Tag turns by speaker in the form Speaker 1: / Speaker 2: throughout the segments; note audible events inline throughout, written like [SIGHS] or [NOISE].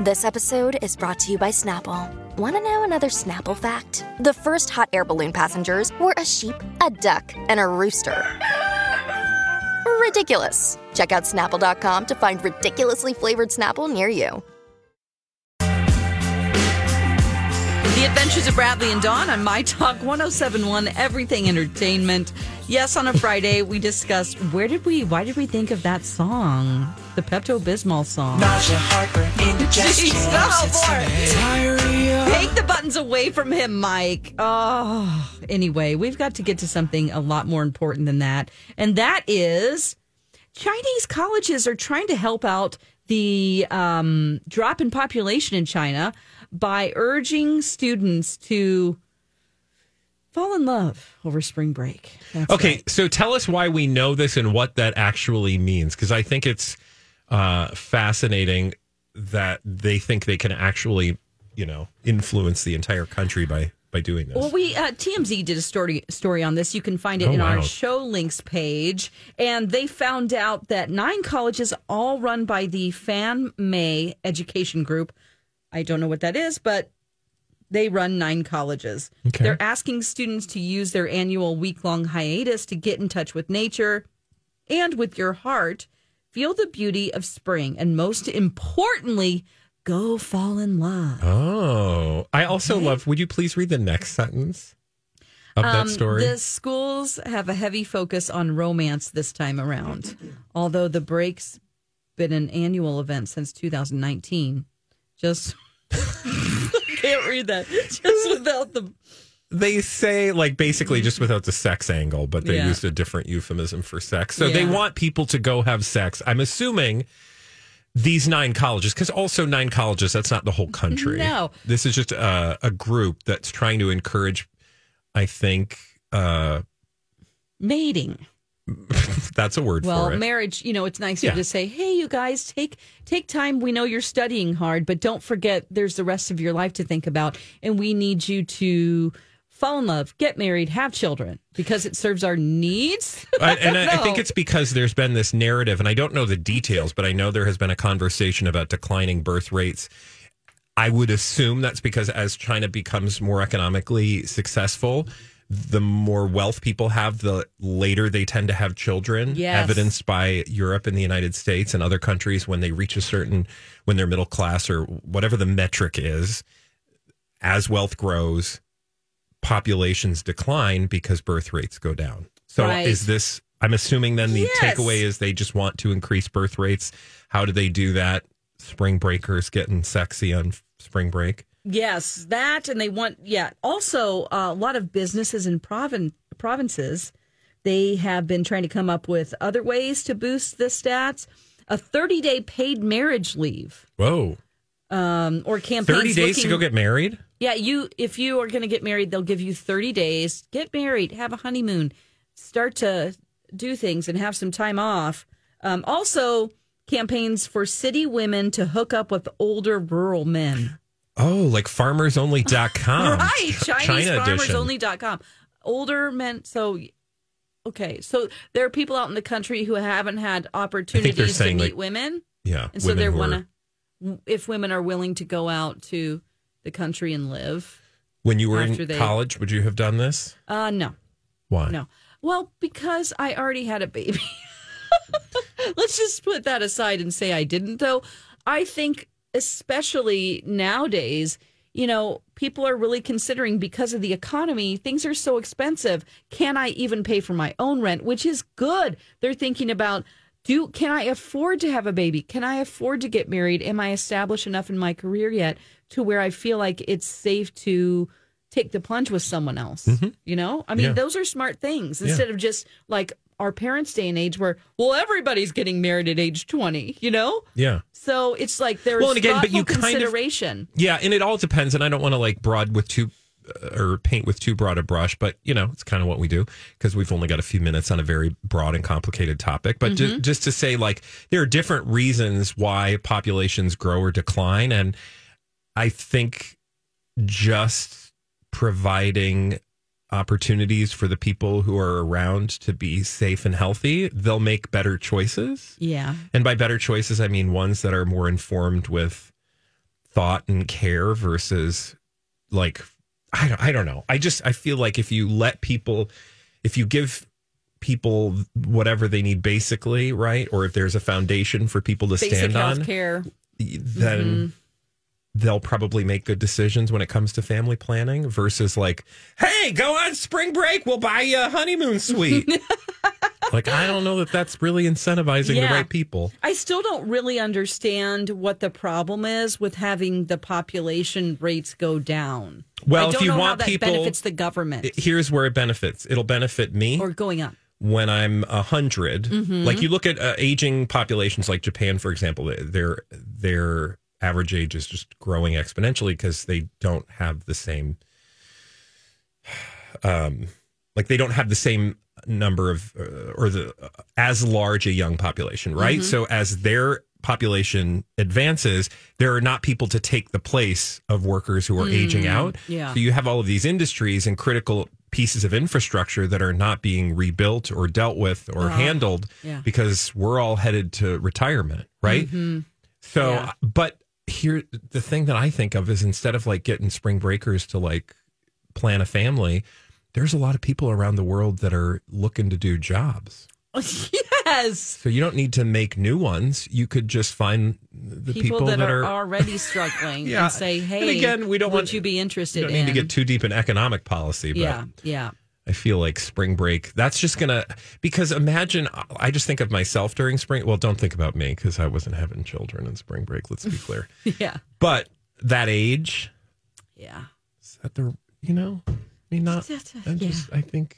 Speaker 1: This episode is brought to you by Snapple. Want to know another Snapple fact? The first hot air balloon passengers were a sheep, a duck, and a rooster. Ridiculous. Check out snapple.com to find ridiculously flavored Snapple near you.
Speaker 2: The Adventures of Bradley and Dawn on My Talk 1071 Everything Entertainment. Yes, on a Friday, we discussed where did we, why did we think of that song? The Pepto Bismol song.
Speaker 3: Nausea, heartburn, indigestion.
Speaker 2: Jeez, oh,
Speaker 3: upsetting diarrhea.
Speaker 2: Take the buttons away from him, Mike. Oh, anyway, we've got to get to something a lot more important than that. And that is Chinese colleges are trying to help out the um, drop in population in China by urging students to fall in love over spring break. That's
Speaker 4: Okay,
Speaker 2: right.
Speaker 4: so tell us why we know this and what that actually means, because I think it's uh, fascinating that they think they can actually, you know, influence the entire country by by doing this.
Speaker 2: Well, we uh, TMZ did a story story on this. You can find it
Speaker 4: Oh,
Speaker 2: in our
Speaker 4: wow.
Speaker 2: show links page, and they found out that nine colleges, all run by the Fan May Education Group. I don't know what that is, but they run nine colleges.
Speaker 4: Okay.
Speaker 2: They're asking students to use their annual week long hiatus to get in touch with nature and with your heart. Feel the beauty of spring, and most importantly, go fall in love.
Speaker 4: oh, I also love. Would you please read the next sentence of that story?
Speaker 2: Um, The schools have a heavy focus on romance this time around, although the break's been an annual event since 2019. Just [LAUGHS] can't read that. Just without the
Speaker 4: they say like basically just without the sex angle, but they
Speaker 2: Mm. Yeah.
Speaker 4: used a different euphemism for sex. So they
Speaker 2: Yeah.
Speaker 4: want people to go have sex. I'm assuming these nine colleges, because also nine colleges, that's not the whole country.
Speaker 2: No.
Speaker 4: this is just a, a group that's trying to encourage. I think uh, [LAUGHS]
Speaker 2: mating.
Speaker 4: that's a word
Speaker 2: Well,
Speaker 4: for it.
Speaker 2: marriage. You know, it's nicer
Speaker 4: Yeah.
Speaker 2: to say, "Hey, you guys, take take time. We know you're studying hard, but don't forget there's the rest of your life to think about, and we need you to." Fall in love, get married, have children because it serves our needs. [LAUGHS]
Speaker 4: I, and I, I think
Speaker 2: No.
Speaker 4: it's because there's been this narrative, and I don't know the details, but I know there has been a conversation about declining birth rates. I would assume that's because as China becomes more economically successful, the more wealth people have, the later they tend to have children,
Speaker 2: Yes.
Speaker 4: evidenced by Europe and the United States and other countries when they reach a certain, when they're middle class or whatever the metric is. As wealth grows, populations decline because birth rates go down. So
Speaker 2: Right.
Speaker 4: is this I'm assuming then the
Speaker 2: Yes.
Speaker 4: takeaway is they just want to increase birth rates. How do they do that? Spring breakers getting sexy on f- spring break.
Speaker 2: Yes, that, and they want yeah. Also, uh, a lot of businesses in provin- provinces, they have been trying to come up with other ways to boost the stats. A thirty-day paid marriage leave,
Speaker 4: Whoa.
Speaker 2: um, or campaigns.
Speaker 4: 30 days to
Speaker 2: looking-
Speaker 4: go get married?
Speaker 2: Yeah, you. If you are going to get married, they'll give you thirty days. Get married, have a honeymoon, start to do things, and have some time off. Um, also, campaigns for city women to hook up with older rural men.
Speaker 4: Oh, like
Speaker 2: [LAUGHS]
Speaker 4: farmersonly.com.
Speaker 2: right
Speaker 4: Ch-
Speaker 2: chinesefarmersonly.com older men so okay so there are people out in the country who haven't had opportunities to
Speaker 4: saying,
Speaker 2: meet
Speaker 4: like,
Speaker 2: women
Speaker 4: Yeah.
Speaker 2: and so
Speaker 4: women
Speaker 2: they're
Speaker 4: who are-
Speaker 2: want to if women are willing to go out to the country and live
Speaker 4: When you were
Speaker 2: after
Speaker 4: in
Speaker 2: they-
Speaker 4: college, would you have done this?
Speaker 2: uh no
Speaker 4: Why?
Speaker 2: no well because i already had a baby [LAUGHS] let's just put that aside and say i didn't though i think especially nowadays you know people are really considering because of the economy things are so expensive can i even pay for my own rent which is good they're thinking about do can i afford to have a baby can i afford to get married am i established enough in my career yet to where i feel like it's safe to take the plunge with someone else you know i mean
Speaker 4: Mm-hmm. Yeah.
Speaker 2: those are smart things
Speaker 4: Yeah.
Speaker 2: instead of just like our parents' day and age where, well, everybody's getting married at age 20, you know?
Speaker 4: Yeah.
Speaker 2: So it's like there's
Speaker 4: Well, and again, but you kind of-
Speaker 2: consideration.
Speaker 4: Yeah, and it all depends. And I don't want to like broad with too uh, or paint with too broad a brush, but you know, it's kind of what we do because we've only got a few minutes on a very broad and complicated topic. But ju- just to say, like, there are different reasons why populations grow or decline, and I think just providing opportunities for the people who are around to be safe and healthy, they'll make better choices.
Speaker 2: Yeah.
Speaker 4: And by better choices, I mean ones that are more informed with thought and care versus like I don't, I don't know. I just I feel like if you let people if you give people whatever they need basically, right? Or if there's a foundation for people to
Speaker 2: Basic
Speaker 4: stand
Speaker 2: health
Speaker 4: on,
Speaker 2: care. Mm-hmm.
Speaker 4: then they'll probably make good decisions when it comes to family planning versus like, "Hey, go on spring break, we'll buy you a
Speaker 2: [LAUGHS]
Speaker 4: honeymoon suite." like I don't know that that's really incentivizing
Speaker 2: Yeah.
Speaker 4: the right people.
Speaker 2: I still don't really understand what the problem is with having the population rates go down.
Speaker 4: Well,
Speaker 2: I
Speaker 4: if
Speaker 2: don't
Speaker 4: you
Speaker 2: know how
Speaker 4: want
Speaker 2: that
Speaker 4: people-
Speaker 2: benefits the government
Speaker 4: it- here's where it benefits. It'll benefit me
Speaker 2: or Mm-hmm. going up.
Speaker 4: when I'm a 100 Like you look at uh, aging populations, like Japan, for example, their their average age is just growing exponentially because they don't have the same, [SIGHS] um, like they don't have the same number of uh, or the as large a young population, right?
Speaker 2: Mm-hmm.
Speaker 4: So as their population advances, there are not people to take the place of workers who are
Speaker 2: Mm.
Speaker 4: aging out.
Speaker 2: Mm-hmm. yeah.
Speaker 4: So you have all of these industries and critical pieces of infrastructure that are not being rebuilt or dealt with or handled
Speaker 2: Uh-huh. yeah. Mm-hmm.
Speaker 4: because we're all headed to retirement, right? So,
Speaker 2: Yeah.
Speaker 4: but here, the thing that I think of is instead of like getting spring breakers to like plan a family, there's a lot of people around the world that are looking to do jobs.
Speaker 2: [LAUGHS] yes.
Speaker 4: So you don't need to make new ones. You could just find the people,
Speaker 2: that, are, already
Speaker 4: [LAUGHS]
Speaker 2: struggling
Speaker 4: Yeah.
Speaker 2: and say,
Speaker 4: And
Speaker 2: "Hey,
Speaker 4: again, we don't
Speaker 2: would
Speaker 4: want-
Speaker 2: you be interested
Speaker 4: you don't
Speaker 2: in?"
Speaker 4: need to get too deep in economic policy, but
Speaker 2: yeah, yeah,
Speaker 4: I feel like spring break. That's just gonna because imagine. I just think of myself during spring. Well, don't think about me because I wasn't having children in spring break. Let's be clear.
Speaker 2: [LAUGHS] yeah,
Speaker 4: but that age,
Speaker 2: yeah,
Speaker 4: is that the you know, I mean, not.
Speaker 2: That's a-
Speaker 4: I'm
Speaker 2: yeah.
Speaker 4: just, I think.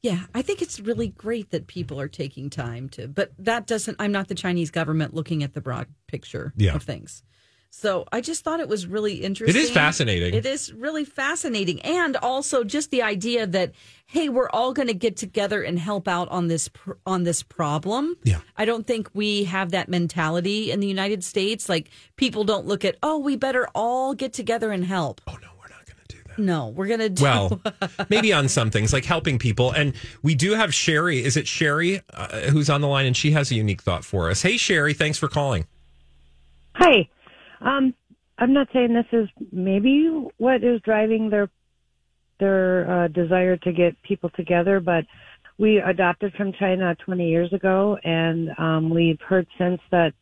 Speaker 2: yeah. I think it's really great that people are taking time to, but that doesn't. I'm not the Chinese government looking at the broad picture
Speaker 4: Yeah.
Speaker 2: of things. So I just thought it was really interesting.
Speaker 4: fascinating.
Speaker 2: It is really fascinating, and also just the idea that hey, we're all going to get together and help out on this pr- on this problem.
Speaker 4: Yeah.
Speaker 2: I don't think we have that mentality in the United States. Like people don't look at oh, we better all get together and help.
Speaker 4: Oh no, we're not gonna do that.
Speaker 2: No, we're gonna do
Speaker 4: Well, maybe on some things like helping people. And we do have Sherry. Is it Sherry uh, who's on the line? And she has a unique thought for us. Hey, Sherry, thanks for calling.
Speaker 5: Hi. Um, I'm not saying this is maybe what is driving their their uh, desire to get people together, but we adopted from China 20 years ago, and um, we've heard since that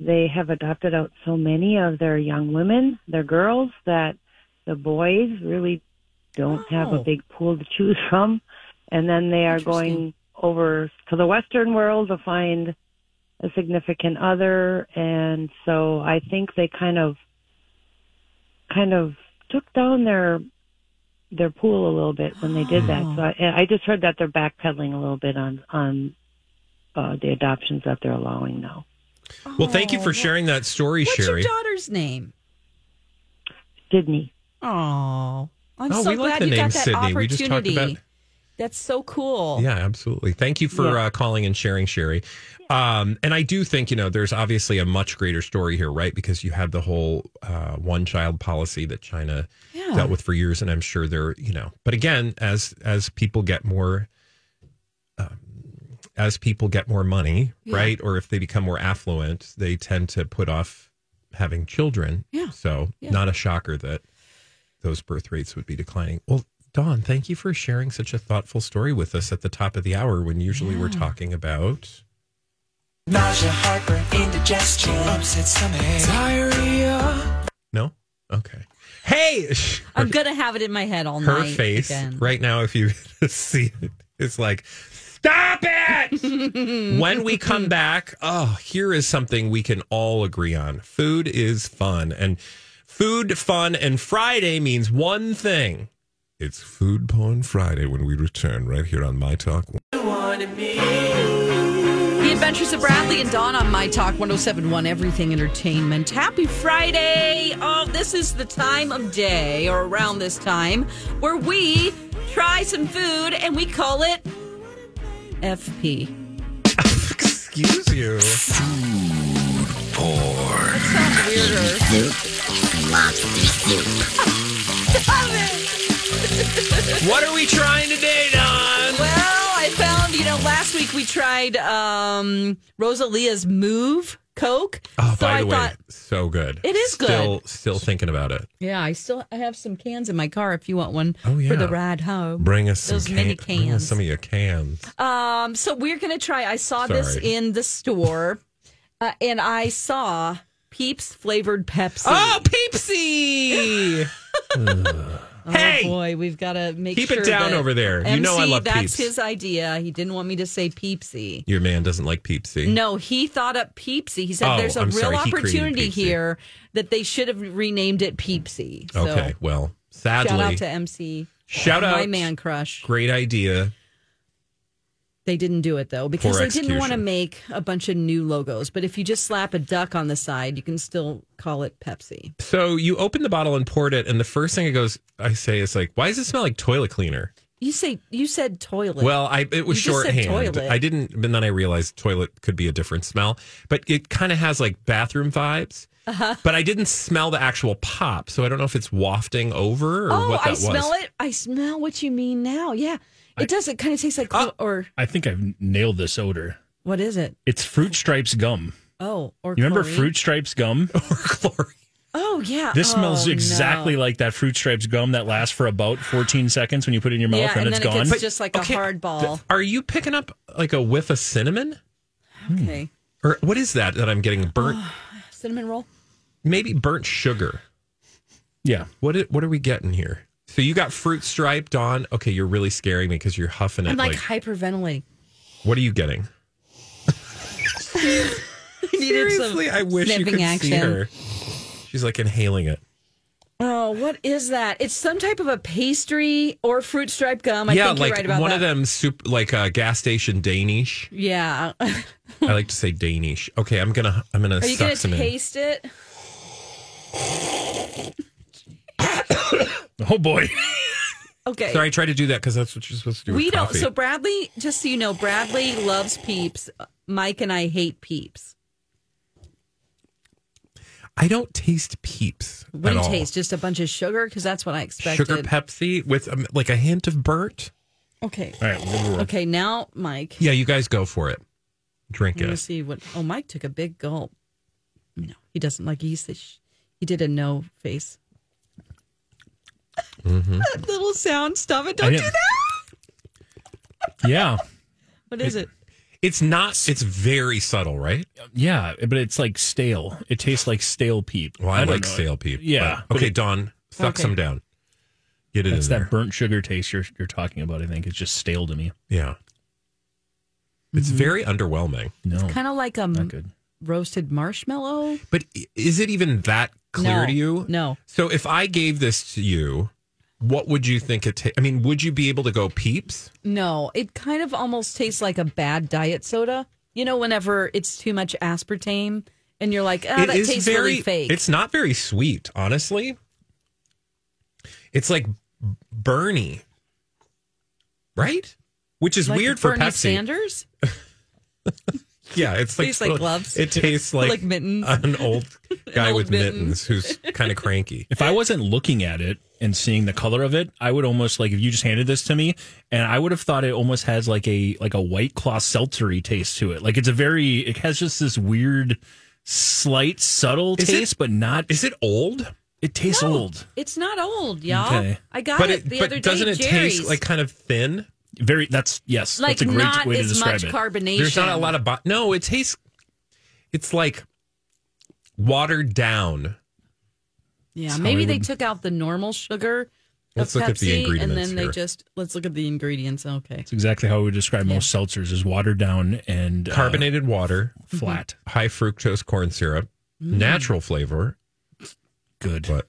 Speaker 5: they have adopted out so many of their young women, their girls, that the boys really don't have
Speaker 2: Oh.
Speaker 5: a big pool to choose from, and then they are
Speaker 2: Interesting.
Speaker 5: going over to the Western world to find a significant other and so I think they kind of kind of took down their their pool a little bit when they did that. So I, I just heard that they're backpedaling a little bit on on uh, the adoptions that they're allowing now.
Speaker 4: Well, thank you
Speaker 2: Oh,
Speaker 4: for sharing that story,
Speaker 2: [LAUGHS] What's
Speaker 4: Sherry.
Speaker 2: your daughter's name?
Speaker 5: Sydney.
Speaker 2: Oh, I'm
Speaker 4: Oh,
Speaker 2: so
Speaker 4: we like
Speaker 2: glad
Speaker 4: the
Speaker 2: you
Speaker 4: name
Speaker 2: got that
Speaker 4: Sydney.
Speaker 2: opportunity.
Speaker 4: We just talked about-
Speaker 2: That's so cool.
Speaker 4: Yeah, absolutely. Thank you for uh, calling and sharing, Sherry. Um, and I do think, you know, there's obviously a much greater story here, right? Because you had the whole uh, one child policy that China
Speaker 2: Yeah.
Speaker 4: dealt with for years. And I'm sure they're, you know, but again, as, as people get more, um, as people get more money, right? Or if they become more affluent, they tend to put off having children.
Speaker 2: Yeah.
Speaker 4: So
Speaker 2: Yeah.
Speaker 4: not a shocker that those birth rates would be declining. Well, Dawn, thank you for sharing such a thoughtful story with us at the top of the hour when usually we're talking about.
Speaker 3: Nausea, heartburn, indigestion, upset stomach, diarrhea.
Speaker 4: No? Okay. [LAUGHS] Hey!
Speaker 2: I'm gonna have it in my head all
Speaker 4: her
Speaker 2: night.
Speaker 4: face
Speaker 2: again.
Speaker 4: right now, if you [LAUGHS] see it, it's like, stop it! when we come back, oh, here is something we can all agree on food is fun. And food, fun, and Friday means one thing It's Food Porn Friday when we return right here on My Talk.
Speaker 2: The Adventures of Bradley and Dawn on My Talk 1071 Everything Entertainment. Happy Friday! Oh, this is the time of day, or around this time, where we try some food and we call it FP.
Speaker 4: Excuse you.
Speaker 2: That sounds weirder.
Speaker 4: What are we trying today, Don?
Speaker 2: Well, I found, you know, last week we tried um, Rosalia's Move Coke.
Speaker 4: Oh,
Speaker 2: So
Speaker 4: by
Speaker 2: I
Speaker 4: the way,
Speaker 2: thought-
Speaker 4: so good.
Speaker 2: It is good.
Speaker 4: Still, still thinking about it.
Speaker 2: Yeah, I still I have some cans in my car if you want one
Speaker 4: Oh, yeah.
Speaker 2: for the ride home.
Speaker 4: Bring us some
Speaker 2: Those mini
Speaker 4: can- Bring us
Speaker 2: cans.
Speaker 4: some of your cans.
Speaker 2: Um, so we're gonna try. I saw this
Speaker 4: Sorry.
Speaker 2: in the store, [LAUGHS] uh, and I saw Peeps flavored Pepsi.
Speaker 4: Oh, [LAUGHS] Peepsy! hey,
Speaker 2: Oh, boy, we've got to make
Speaker 4: Keep it
Speaker 2: sure
Speaker 4: down
Speaker 2: that
Speaker 4: over there. You know I
Speaker 2: MC,
Speaker 4: love
Speaker 2: that's
Speaker 4: Peeps.
Speaker 2: his idea. He didn't want me to say Peepsy.
Speaker 4: your man doesn't like Peepsy.
Speaker 2: No, he thought up Peepsy. He said
Speaker 4: Mm. Oh,
Speaker 2: there's a
Speaker 4: I'm
Speaker 2: real
Speaker 4: sorry. He created
Speaker 2: opportunity
Speaker 4: Peepsy.
Speaker 2: here that they should have renamed it Peepsy. So
Speaker 4: Okay, well, sadly,
Speaker 2: shout out to MC.
Speaker 4: Shout
Speaker 2: my
Speaker 4: out.
Speaker 2: man crush.
Speaker 4: great idea.
Speaker 2: They didn't do it though because
Speaker 4: Poor
Speaker 2: they didn't want to
Speaker 4: execution.
Speaker 2: make a bunch of new logos. But if you just slap a duck on the side, you can still call it Pepsi.
Speaker 4: So you open the bottle and poured it, and the first thing it goes, I say, is like, why does it smell like toilet cleaner?
Speaker 2: You say you said toilet.
Speaker 4: Well, I it was
Speaker 2: You just said
Speaker 4: shorthand.
Speaker 2: toilet.
Speaker 4: I didn't, and then I realized toilet could be a different smell, but it kind of has like bathroom vibes.
Speaker 2: Uh-huh.
Speaker 4: But I didn't smell the actual pop, so I don't know if it's wafting over or
Speaker 2: oh,
Speaker 4: what that
Speaker 2: I
Speaker 4: was.
Speaker 2: smell it. I smell what you mean now. Yeah, it does. It kind of tastes
Speaker 6: Uh
Speaker 2: like
Speaker 4: Oh.
Speaker 2: or
Speaker 6: I think I've nailed this odor.
Speaker 2: what is it?
Speaker 6: It's Fruit Stripes gum.
Speaker 2: Oh, or
Speaker 6: You remember
Speaker 2: chlorine.
Speaker 6: Fruit Stripes gum?
Speaker 4: [LAUGHS] Or glory.
Speaker 2: Oh yeah,
Speaker 6: This
Speaker 2: Oh,
Speaker 6: smells
Speaker 2: no.
Speaker 6: exactly like that Fruit Stripes gum that lasts for about 14 seconds when you put it in your mouth
Speaker 2: Yeah,
Speaker 6: and,
Speaker 2: and
Speaker 6: it's
Speaker 2: then it
Speaker 6: gone.
Speaker 2: gets just like
Speaker 4: okay,
Speaker 2: a hard ball.
Speaker 4: Are you picking up like a whiff of cinnamon?
Speaker 6: hmm.
Speaker 2: okay,
Speaker 4: Or what is that that I'm getting burnt?
Speaker 2: [SIGHS] cinnamon roll.
Speaker 4: maybe burnt sugar.
Speaker 6: yeah.
Speaker 4: What i- what are we getting here? So you got fruit stripe, Dawn. Okay, you're really scaring me because you're huffing it.
Speaker 2: I'm like,
Speaker 4: like-
Speaker 2: hyperventilating.
Speaker 4: what are you getting?
Speaker 2: I needed some
Speaker 4: [LAUGHS] Seriously, I wish you
Speaker 2: sniffing
Speaker 4: could
Speaker 2: action.
Speaker 4: see her. She's like inhaling it.
Speaker 2: Oh, what is that? It's some type of a pastry or fruit stripe gum. I
Speaker 4: yeah,
Speaker 2: think
Speaker 4: like
Speaker 2: you're right about
Speaker 4: one
Speaker 2: that.
Speaker 4: of them soup, like uh, gas station Danish.
Speaker 2: Yeah. [LAUGHS] Are
Speaker 4: I like to say Danish. Okay, I'm gonna I'm gonna
Speaker 2: you
Speaker 4: suck
Speaker 2: going to
Speaker 4: some
Speaker 2: taste it?
Speaker 6: Oh, boy.
Speaker 2: Okay.
Speaker 4: in. Sorry, I tried to do that because that's what you're supposed to do.
Speaker 2: We
Speaker 4: with
Speaker 2: don't.
Speaker 4: coffee.
Speaker 2: So, Bradley, just so you know, Bradley loves peeps. Mike and I hate peeps.
Speaker 4: I don't taste peeps.
Speaker 2: What do
Speaker 4: at
Speaker 2: you
Speaker 4: all.
Speaker 2: taste? Just a bunch of sugar? Because that's what I expected.
Speaker 4: Sugar Pepsi with um, like a hint of burnt.
Speaker 2: Okay.
Speaker 6: All right. we'll- we'll-
Speaker 2: Okay. Now, Mike.
Speaker 4: Yeah, you guys go for it. Drink
Speaker 2: Let me
Speaker 4: it.
Speaker 2: see what. Oh, Mike took a big gulp. No, he doesn't like yeast. He sh- He did a no face. [LAUGHS]
Speaker 4: Mm-hmm.
Speaker 2: that little sound. Stop it.
Speaker 6: I
Speaker 2: Don't do
Speaker 6: didn't-
Speaker 2: that.
Speaker 6: Yeah.
Speaker 2: What is it?
Speaker 4: It's not. It's very subtle, right?
Speaker 6: Yeah. But it's like stale. It tastes like stale peep.
Speaker 4: Well, I,
Speaker 6: don't
Speaker 4: like
Speaker 6: know.
Speaker 4: stale peep.
Speaker 6: Yeah.
Speaker 4: but- okay, Dawn, suck
Speaker 2: Okay.
Speaker 4: some down. Get it
Speaker 6: That's
Speaker 4: in
Speaker 6: that
Speaker 4: there.
Speaker 6: burnt sugar taste you're, you're talking about, I think. It's just stale to me.
Speaker 4: yeah. It's
Speaker 2: Mm-hmm.
Speaker 4: very underwhelming.
Speaker 6: No.
Speaker 2: Kind of like
Speaker 6: not
Speaker 2: um
Speaker 6: good.
Speaker 2: roasted marshmallow.
Speaker 4: But i- is it even that clear
Speaker 2: No,
Speaker 4: to you?
Speaker 2: No.
Speaker 4: So if I gave this to you, what would you think it takes? I mean, would you be able to go peeps?
Speaker 2: No, it kind of almost tastes like a bad diet soda. You know, whenever it's too much aspartame and you're like, ah,
Speaker 4: It
Speaker 2: that
Speaker 4: is
Speaker 2: tastes
Speaker 4: very
Speaker 2: really fake.
Speaker 4: It's not very sweet, honestly. It's like Bernie, right? Which is
Speaker 2: Like
Speaker 4: weird for
Speaker 2: Bernie
Speaker 4: Pepsi.
Speaker 2: Sanders?
Speaker 4: Yeah, it's like,
Speaker 2: Tastes like gloves.
Speaker 4: It tastes like,
Speaker 2: Like mittens. [LAUGHS]
Speaker 4: An old guy
Speaker 2: old
Speaker 4: with mittens, who's kind of cranky.
Speaker 6: If I wasn't looking at it and seeing the color of it, I would almost like if you just handed this to me, and I would have thought it almost has like a like a white claw seltzery taste to it. Like it's a very it has just this weird, slight subtle
Speaker 4: Is it-
Speaker 6: taste, but not.
Speaker 4: Is it old?
Speaker 6: It tastes
Speaker 2: No,
Speaker 6: old,
Speaker 2: It's not old, y'all.
Speaker 6: Okay.
Speaker 2: I got
Speaker 4: but
Speaker 2: it, the
Speaker 4: but
Speaker 2: other day.
Speaker 4: doesn't it
Speaker 2: Jerry's.
Speaker 4: taste like kind of thin?
Speaker 6: very. That's yes.
Speaker 2: Like,
Speaker 6: that's a great
Speaker 2: not
Speaker 6: way to
Speaker 2: as
Speaker 6: describe
Speaker 2: much
Speaker 6: it.
Speaker 2: carbonation?
Speaker 4: There's not a lot of bo- no. It tastes. It's like watered down.
Speaker 2: Yeah,
Speaker 6: That's how
Speaker 2: maybe
Speaker 6: I
Speaker 2: they
Speaker 6: would-
Speaker 2: took out the normal sugar.
Speaker 4: Let's
Speaker 2: of
Speaker 4: look at the
Speaker 2: Pepsi,
Speaker 4: ingredients
Speaker 2: and then
Speaker 4: here.
Speaker 2: they just let's look at the ingredients. Okay,
Speaker 6: It's exactly how we would describe
Speaker 2: Yeah.
Speaker 6: most seltzers: is watered down and uh,
Speaker 4: Carbonated water,
Speaker 6: flat.
Speaker 2: Mm.
Speaker 4: high fructose corn syrup, natural flavor,
Speaker 6: Good.
Speaker 4: Mm-hmm. but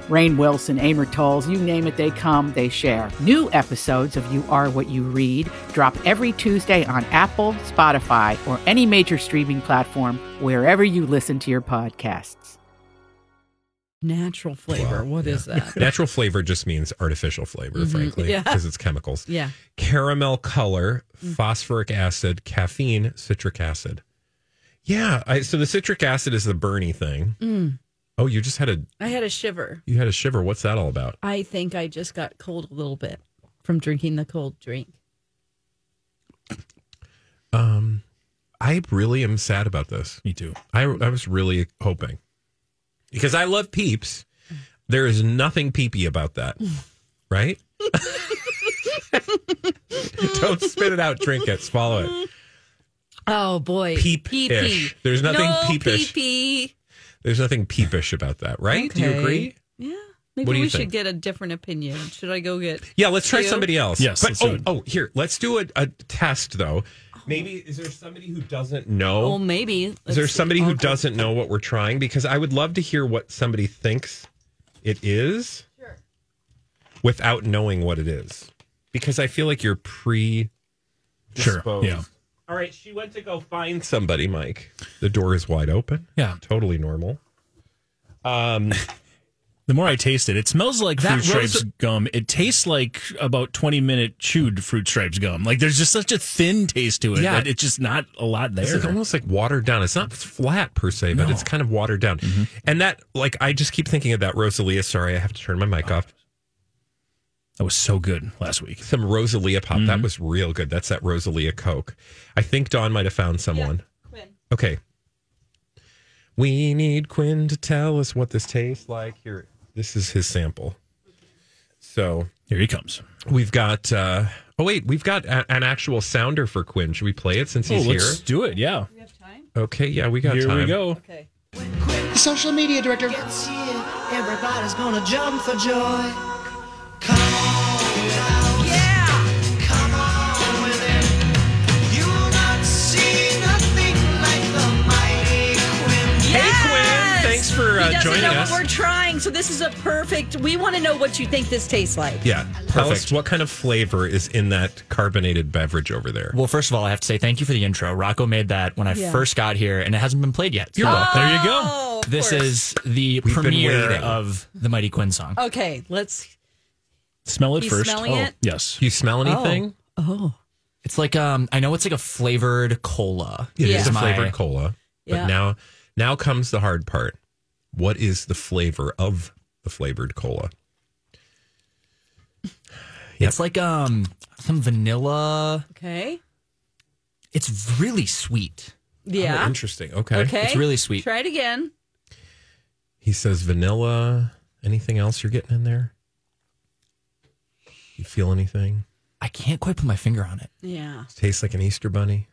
Speaker 7: Rain Wilson, Amor Tolls, you name it, they come, they share. New episodes of You Are What You Read drop every Tuesday on Apple, Spotify, or any major streaming platform wherever you listen to your podcasts.
Speaker 2: Natural flavor. What is that?
Speaker 4: [LAUGHS]
Speaker 2: Mm-hmm.
Speaker 4: Natural flavor just means artificial flavor, frankly,
Speaker 2: Yeah. Mm.
Speaker 4: because it's chemicals.
Speaker 2: Yeah.
Speaker 4: Caramel color, phosphoric acid, caffeine, citric acid. Yeah, I, so the citric acid is the burny thing.
Speaker 2: Mm.
Speaker 4: Oh, you just had a
Speaker 2: I had a shiver.
Speaker 4: you had a shiver. What's that all about?
Speaker 2: I think I just got cold a little bit from drinking the cold drink.
Speaker 4: Um, I really am sad about this.
Speaker 6: Me too.
Speaker 4: I, I was really hoping because I love peeps. There is nothing peepy about
Speaker 6: [LAUGHS]
Speaker 4: that, right? [LAUGHS] Don't spit it out, drink it, swallow it.
Speaker 2: Oh boy.
Speaker 4: Peep-ish.
Speaker 2: Pee-pee.
Speaker 4: There's nothing
Speaker 2: no
Speaker 4: peep-ish.
Speaker 2: pee-pee.
Speaker 4: There's nothing peepish about that, right? Do you
Speaker 2: Okay.
Speaker 4: agree?
Speaker 2: Yeah. Maybe
Speaker 4: What do you
Speaker 2: we
Speaker 4: think?
Speaker 2: should get a different opinion. Should I go get
Speaker 4: Yeah, let's try
Speaker 2: You?
Speaker 4: somebody else.
Speaker 6: Yes,
Speaker 4: But,
Speaker 6: let's do
Speaker 4: oh,
Speaker 6: it.
Speaker 4: oh, here, let's do a, a test though. Maybe is there somebody who doesn't know?
Speaker 2: Oh, maybe.
Speaker 4: is there somebody who doesn't know what we're trying? Because I would love to hear what somebody thinks it is without knowing what it is. Because I feel like you're pre
Speaker 6: Sure. Yeah.
Speaker 4: All right, she went to go find somebody, Mike. The door is wide open.
Speaker 6: Yeah.
Speaker 4: Totally normal. Um
Speaker 6: The more I taste it, it smells like
Speaker 4: That
Speaker 6: fruit stripes
Speaker 4: rosa-
Speaker 6: gum. It tastes like about twenty minute chewed fruit stripes gum. Like there's just such a thin taste to it.
Speaker 4: Yeah.
Speaker 6: that it's just not a lot there.
Speaker 4: It's like almost like watered down. It's not flat per se, but
Speaker 6: No. Mm-hmm.
Speaker 4: it's kind of watered down. And that, like, I just keep thinking of that Rosalia. Sorry, I have to turn my
Speaker 6: Oh.
Speaker 4: mic off.
Speaker 6: that was so good last week.
Speaker 4: Some Rosalia pop. That was real good. That's that Rosalia Coke. I think Dawn might have found someone. Okay. We need Quinn to tell us what this tastes like. Here, this is his sample. So
Speaker 6: Here he comes.
Speaker 4: we've got. uh Oh wait, we've got a- an actual sounder for Quinn. Should we play it since he's
Speaker 6: oh, let's
Speaker 4: here?
Speaker 6: do it. Yeah.
Speaker 4: Okay, yeah, we got
Speaker 6: Here
Speaker 4: time.
Speaker 6: we go.
Speaker 2: Okay.
Speaker 8: Social media director gets here. Everybody's gonna jump for joy. Come on now. Come on with it. You'll not see nothing like the mighty Quinn.
Speaker 4: Hey Quinn, thanks for
Speaker 2: He
Speaker 4: uh,
Speaker 2: doesn't
Speaker 4: joining
Speaker 2: know
Speaker 4: us.
Speaker 2: what we're trying, so this is a perfect. We want to know what you think this tastes like.
Speaker 4: Yeah, Tell us what kind of flavor is in that carbonated beverage over there.
Speaker 9: Well, first of all, I have to say thank you for the intro. Rocco made that when I
Speaker 2: Yeah.
Speaker 9: first got here, and it hasn't been played yet.
Speaker 4: You're
Speaker 9: So
Speaker 4: welcome.
Speaker 6: There you go.
Speaker 2: Oh, of
Speaker 9: This
Speaker 2: course.
Speaker 9: is the
Speaker 4: been
Speaker 9: premiere
Speaker 4: waiting.
Speaker 9: of the Mighty Quinn song.
Speaker 2: okay. Let's.
Speaker 6: Smell it
Speaker 2: You
Speaker 6: first.
Speaker 2: smelling
Speaker 6: oh,
Speaker 2: it?
Speaker 6: yes.
Speaker 4: Do you smell anything?
Speaker 2: Oh,
Speaker 9: It's like um, I know it's like a flavored cola.
Speaker 4: It is
Speaker 2: Yeah.
Speaker 4: a
Speaker 9: my-
Speaker 4: flavored cola. But
Speaker 2: Yeah.
Speaker 4: now now comes the hard part. What is the flavor of the flavored cola?
Speaker 9: It's like um, some vanilla.
Speaker 2: okay.
Speaker 9: It's really sweet.
Speaker 4: Oh,
Speaker 2: Yeah.
Speaker 4: interesting. Okay.
Speaker 2: okay.
Speaker 9: It's really sweet.
Speaker 2: Try it again.
Speaker 4: He says vanilla. Anything else you're getting in there? You feel anything?
Speaker 9: I can't quite put my finger on it.
Speaker 2: Yeah.
Speaker 4: Tastes like an Easter bunny.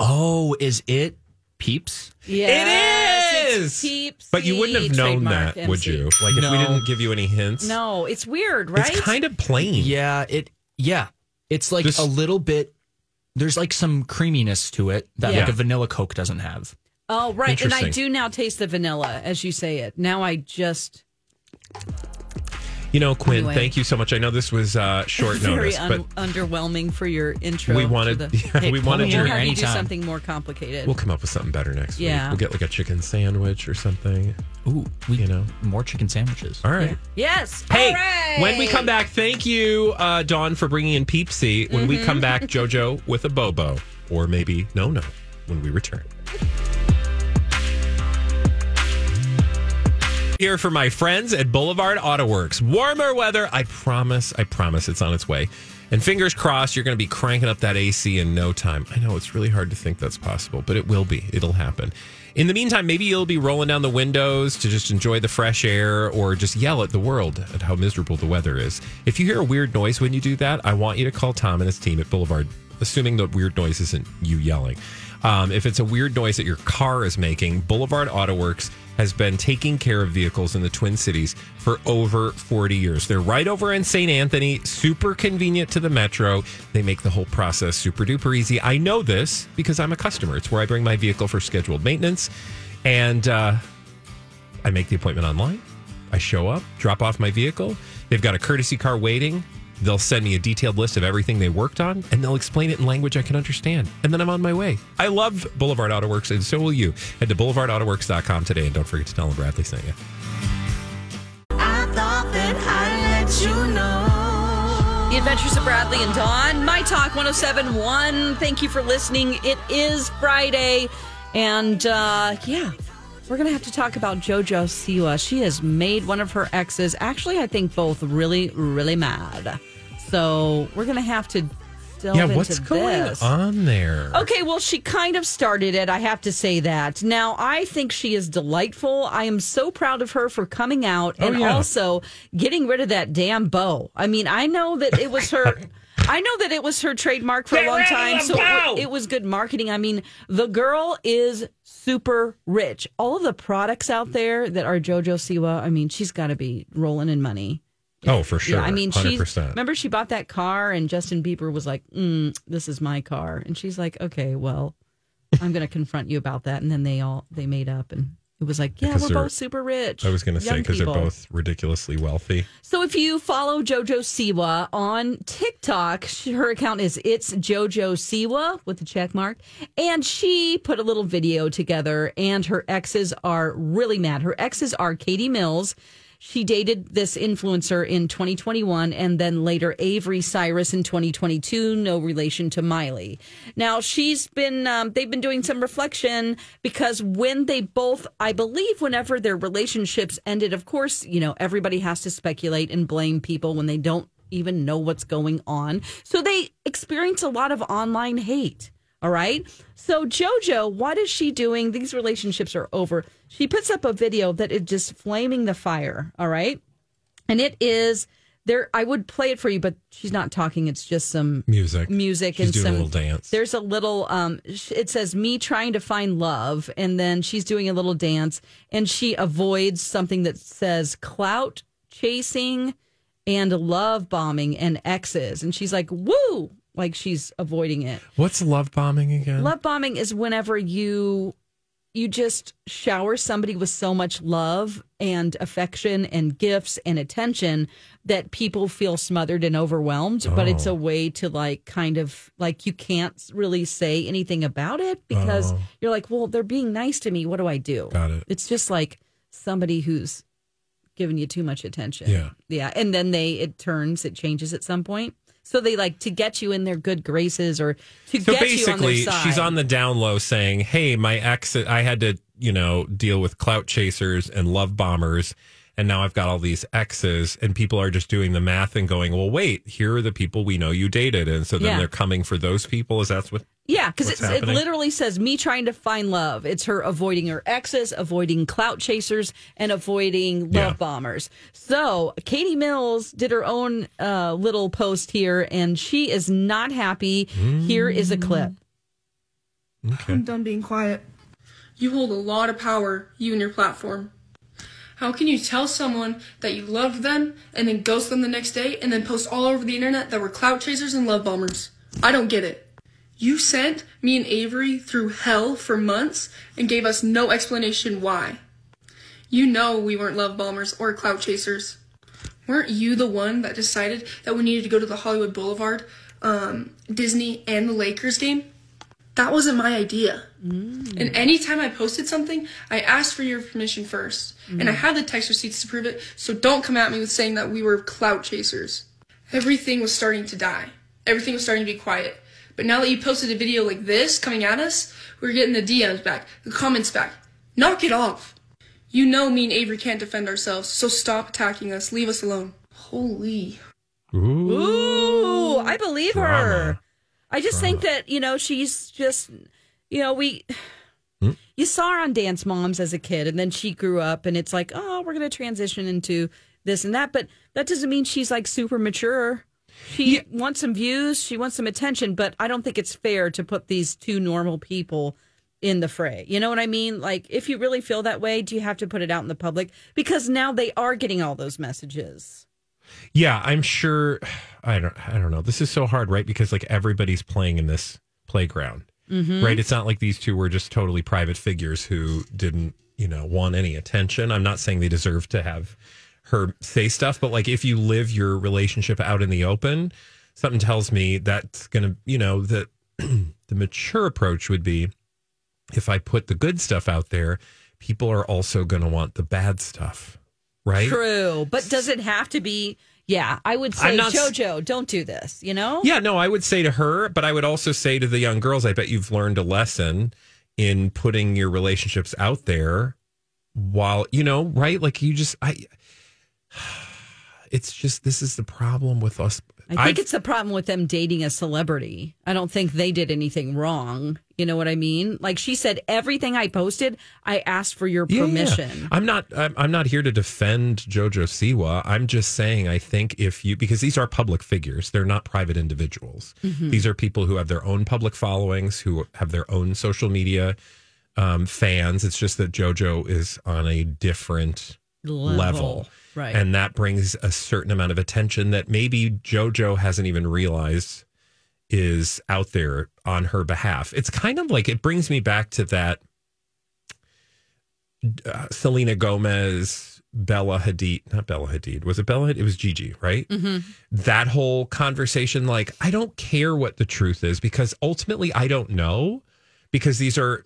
Speaker 9: Oh, is it Peeps?
Speaker 2: Yes, it's
Speaker 4: is!
Speaker 2: Peepsy,
Speaker 4: But you wouldn't have known
Speaker 2: trademark
Speaker 4: that, would
Speaker 2: MC.
Speaker 4: you? Like if we
Speaker 9: No.
Speaker 4: didn't give you any hints.
Speaker 2: No, it's weird, right?
Speaker 4: It's kind of plain.
Speaker 9: Yeah, it. Yeah, it's like
Speaker 4: This-
Speaker 9: a little bit. There's like some creaminess to it that
Speaker 2: Yeah.
Speaker 9: like a vanilla Coke doesn't have.
Speaker 2: oh, right. And I
Speaker 4: Interesting.
Speaker 2: do now taste the vanilla as you say it. Now I just [LAUGHS]
Speaker 4: You know, Quinn,
Speaker 2: Anyway.
Speaker 4: thank you so much. I know this was uh,
Speaker 2: [LAUGHS]
Speaker 4: short
Speaker 2: very
Speaker 4: notice,
Speaker 2: un-
Speaker 4: but
Speaker 2: underwhelming for your intro.
Speaker 4: [LAUGHS] we
Speaker 2: to
Speaker 4: wanted
Speaker 2: the-
Speaker 4: yeah,
Speaker 9: Hey,
Speaker 4: we
Speaker 9: pull
Speaker 4: wanted
Speaker 9: me
Speaker 4: your
Speaker 9: in
Speaker 2: We'll have you do
Speaker 9: anytime.
Speaker 2: something more complicated.
Speaker 4: We'll come up with something better next
Speaker 2: Yeah.
Speaker 4: week. We'll get like a chicken sandwich or something.
Speaker 9: Ooh, we,
Speaker 4: You know.
Speaker 9: more chicken sandwiches.
Speaker 4: All right.
Speaker 2: yes.
Speaker 4: Hey,
Speaker 2: Hooray!
Speaker 4: when we come back, thank you, uh, Dawn, for bringing in Peepsy. When we come back, JoJo with a Bobo, or maybe No No when we return. Here for my friends at Boulevard Auto Works. Warmer weather, I promise, I promise it's on its way. And fingers crossed, you're going to be cranking up that AC in no time. I know it's really hard to think that's possible, but it will be. It'll happen. In the meantime, maybe you'll be rolling down the windows to just enjoy the fresh air or just yell at the world at how miserable the weather is. If you hear a weird noise when you do that, I want you to call Tom and his team at Boulevard, assuming the weird noise isn't you yelling. Um, if it's a weird noise that your car is making, Boulevard Auto Works has been taking care of vehicles in the Twin Cities for over 40 years. They're right over in St. Anthony, super convenient to the metro. They make the whole process super duper easy. I know this because I'm a customer. It's where I bring my vehicle for scheduled maintenance. And uh, I make the appointment online. I show up, drop off my vehicle. They've got a courtesy car waiting. They'll send me a detailed list of everything they worked on and they'll explain it in language I can understand. And then I'm on my way. I love Boulevard Auto Works and so will you. Head to boulevardautoworks.com today and don't forget to tell them Bradley sent you.
Speaker 8: I thought that I let you know.
Speaker 2: The Adventures of Bradley and Dawn, My Talk 1071. Thank you for listening. It is Friday. And uh, yeah, we're going to have to talk about JoJo Siwa. She has made one of her exes, actually, I think both really, really mad. So we're going to have to delve
Speaker 4: yeah,
Speaker 2: into
Speaker 4: what's going
Speaker 2: this.
Speaker 4: on there?
Speaker 2: Okay, well, she kind of started it. I have to say that. Now, I think she is delightful. I am so proud of her for coming out
Speaker 4: Oh,
Speaker 2: and
Speaker 4: yeah.
Speaker 2: also getting rid of that damn bow. I mean, I know that it was
Speaker 4: [LAUGHS]
Speaker 2: her. I know that it was her trademark for a long time, so it, wa- it was good marketing. I mean, the girl is super rich. All of the products out there that are JoJo Siwa, I mean, she's got to be rolling in money.
Speaker 4: Oh, for sure.
Speaker 2: Yeah, I mean, she
Speaker 4: 100%.
Speaker 2: remember she bought that car, and Justin Bieber was like, mm, "This is my car," and she's like, "Okay, well, I'm going to confront you about that." And then they all they made up, and it was like, "Yeah,
Speaker 4: Because
Speaker 2: we're
Speaker 4: they're-
Speaker 2: both super rich."
Speaker 4: I was going to say
Speaker 2: young
Speaker 4: because they're
Speaker 2: people.
Speaker 4: both ridiculously wealthy.
Speaker 2: So if you follow JoJo Siwa on TikTok, she, her account is it's JoJo Siwa with a check mark, and she put a little video together. And her exes are really mad. Her exes are Katie Mills. She dated this influencer in 2021 and then later Avery Cyrus in 2022, no relation to Miley. Now she's been, um, they've been doing some reflection because when they both, I believe, whenever their relationships ended, of course, you know, everybody has to speculate and blame people when they don't even know what's going on. So they experience a lot of online hate. All right. So JoJo, what is she doing? These relationships are over. She puts up a video that is just flaming the fire. All right. And it is there. I would play it for you, but she's not talking. It's just some
Speaker 4: Music.
Speaker 2: music
Speaker 4: She's
Speaker 2: and
Speaker 4: doing
Speaker 2: some
Speaker 4: a little dance.
Speaker 2: There's a little. Um, sh- it says me trying to find love, and then she's doing a little dance, and she avoids something that says clout chasing and love bombing and exes, and she's like woo, like she's avoiding it.
Speaker 4: What's love bombing again?
Speaker 2: Love bombing is whenever you you just shower somebody with so much love and affection and gifts and attention that people feel smothered and overwhelmed but it's a
Speaker 4: Oh.
Speaker 2: way to like kind of like you can't really say anything about it because
Speaker 4: Oh.
Speaker 2: you're like well they're being nice to me what do i do
Speaker 4: Got it.
Speaker 2: it's just like somebody who's giving you too much attention
Speaker 4: Yeah.
Speaker 2: yeah and then they it turns it changes at some point so they like to get you in their good graces or to
Speaker 4: So
Speaker 2: get
Speaker 4: basically,
Speaker 2: you on their side.
Speaker 4: she's on the down low saying, "Hey, my ex, I had to, you know, deal with clout chasers and love bombers, and now I've got all these exes." And people are just doing the math and going, "Well, wait, here are the people we know you dated," and so then
Speaker 2: Yeah.
Speaker 4: they're coming for those people. Is that what?
Speaker 2: Yeah, because
Speaker 4: What's
Speaker 2: it
Speaker 4: happening?
Speaker 2: literally says me trying to find love. It's her avoiding her exes, avoiding clout chasers, and avoiding love
Speaker 4: Yeah.
Speaker 2: bombers. So Katie Mills did her own uh, little post here, and she is not happy. Here is a clip.
Speaker 4: Okay.
Speaker 10: done being quiet. You hold a lot of power, you and your platform. How can you tell someone that you love them and then ghost them the next day and then post all over the internet that we're clout chasers and love bombers? I don't get it. You sent me and Avery through hell for months and gave us no explanation why. You know we weren't love bombers or clout chasers. Weren't you the one that decided that we needed to go to the Hollywood Boulevard, um, Disney, and the Lakers game? That wasn't my idea. And anytime I posted something, I asked for your permission first. And I had the text receipts to prove it, so don't come at me with saying that we were clout chasers. Everything was starting to die. Everything was starting to be quiet. But now that you posted a video like this coming at us, we're getting the DMs back, the comments back. Knock it off. You know me and Avery can't defend ourselves, so stop attacking us. Leave us alone. Holy.
Speaker 2: Ooh, I believe her.
Speaker 10: Drama.
Speaker 2: I just think that, you know, she's just, you know, we. You saw her on Dance Moms as a kid, and then she grew up, and it's like, oh, we're going to transition into this and that. But that doesn't mean she's like super mature. She wants some views, she wants some attention, but I don't think it's fair to put these two normal people in the fray. You know what I mean? Like, if you really feel that way, do you have to put it out in the public? Because now they are getting all those messages.
Speaker 4: Yeah, I'm sure. I don't. I don't know. This is so hard, right? Because like everybody's playing in this playground,
Speaker 11: Mhm.
Speaker 4: right? It's not like these two were just totally private figures who didn't, you know, want any attention. I'm not saying they deserve to have her say stuff, but like if you live your relationship out in the open, something tells me that's gonna, you know, that the [CLEARS THROAT] mature approach would be if I put the good stuff out there, people are also gonna want the bad stuff, right?
Speaker 2: True, but does it have to be? Yeah, I would say,
Speaker 4: I'm not s-
Speaker 2: JoJo, don't do this. You know?
Speaker 4: Yeah, no, I would say to her, but I would also say to the young girls, I bet you've learned a lesson in putting your relationships out there while, you know, right? Like you just, I, [SIGHS] it's just, this is the problem with us.
Speaker 2: I think it's the problem with them dating a celebrity. I don't think they did anything wrong. You know what I mean? Like she said, everything I posted, I asked for your
Speaker 4: Yeah, yeah.
Speaker 2: permission.
Speaker 4: I'm not. I'm, I'm not here to defend JoJo Siwa. I'm just saying. I think if you because these are public figures, they're not private individuals.
Speaker 2: Mm-hmm.
Speaker 11: Mhm.
Speaker 4: These are people who have their own public followings, who have their own social media um, fans. It's just that JoJo is on a different
Speaker 11: Level,
Speaker 4: level,
Speaker 11: right.
Speaker 4: And that brings a certain amount of attention that maybe JoJo hasn't even realized is out there on her behalf. It's kind of like it brings me back to that uh, Selena Gomez, Bella Hadid, not Bella Hadid, was it Bella? Hadid? It was Gigi, right? That whole conversation, like, I don't care what the truth is because ultimately I don't know because these are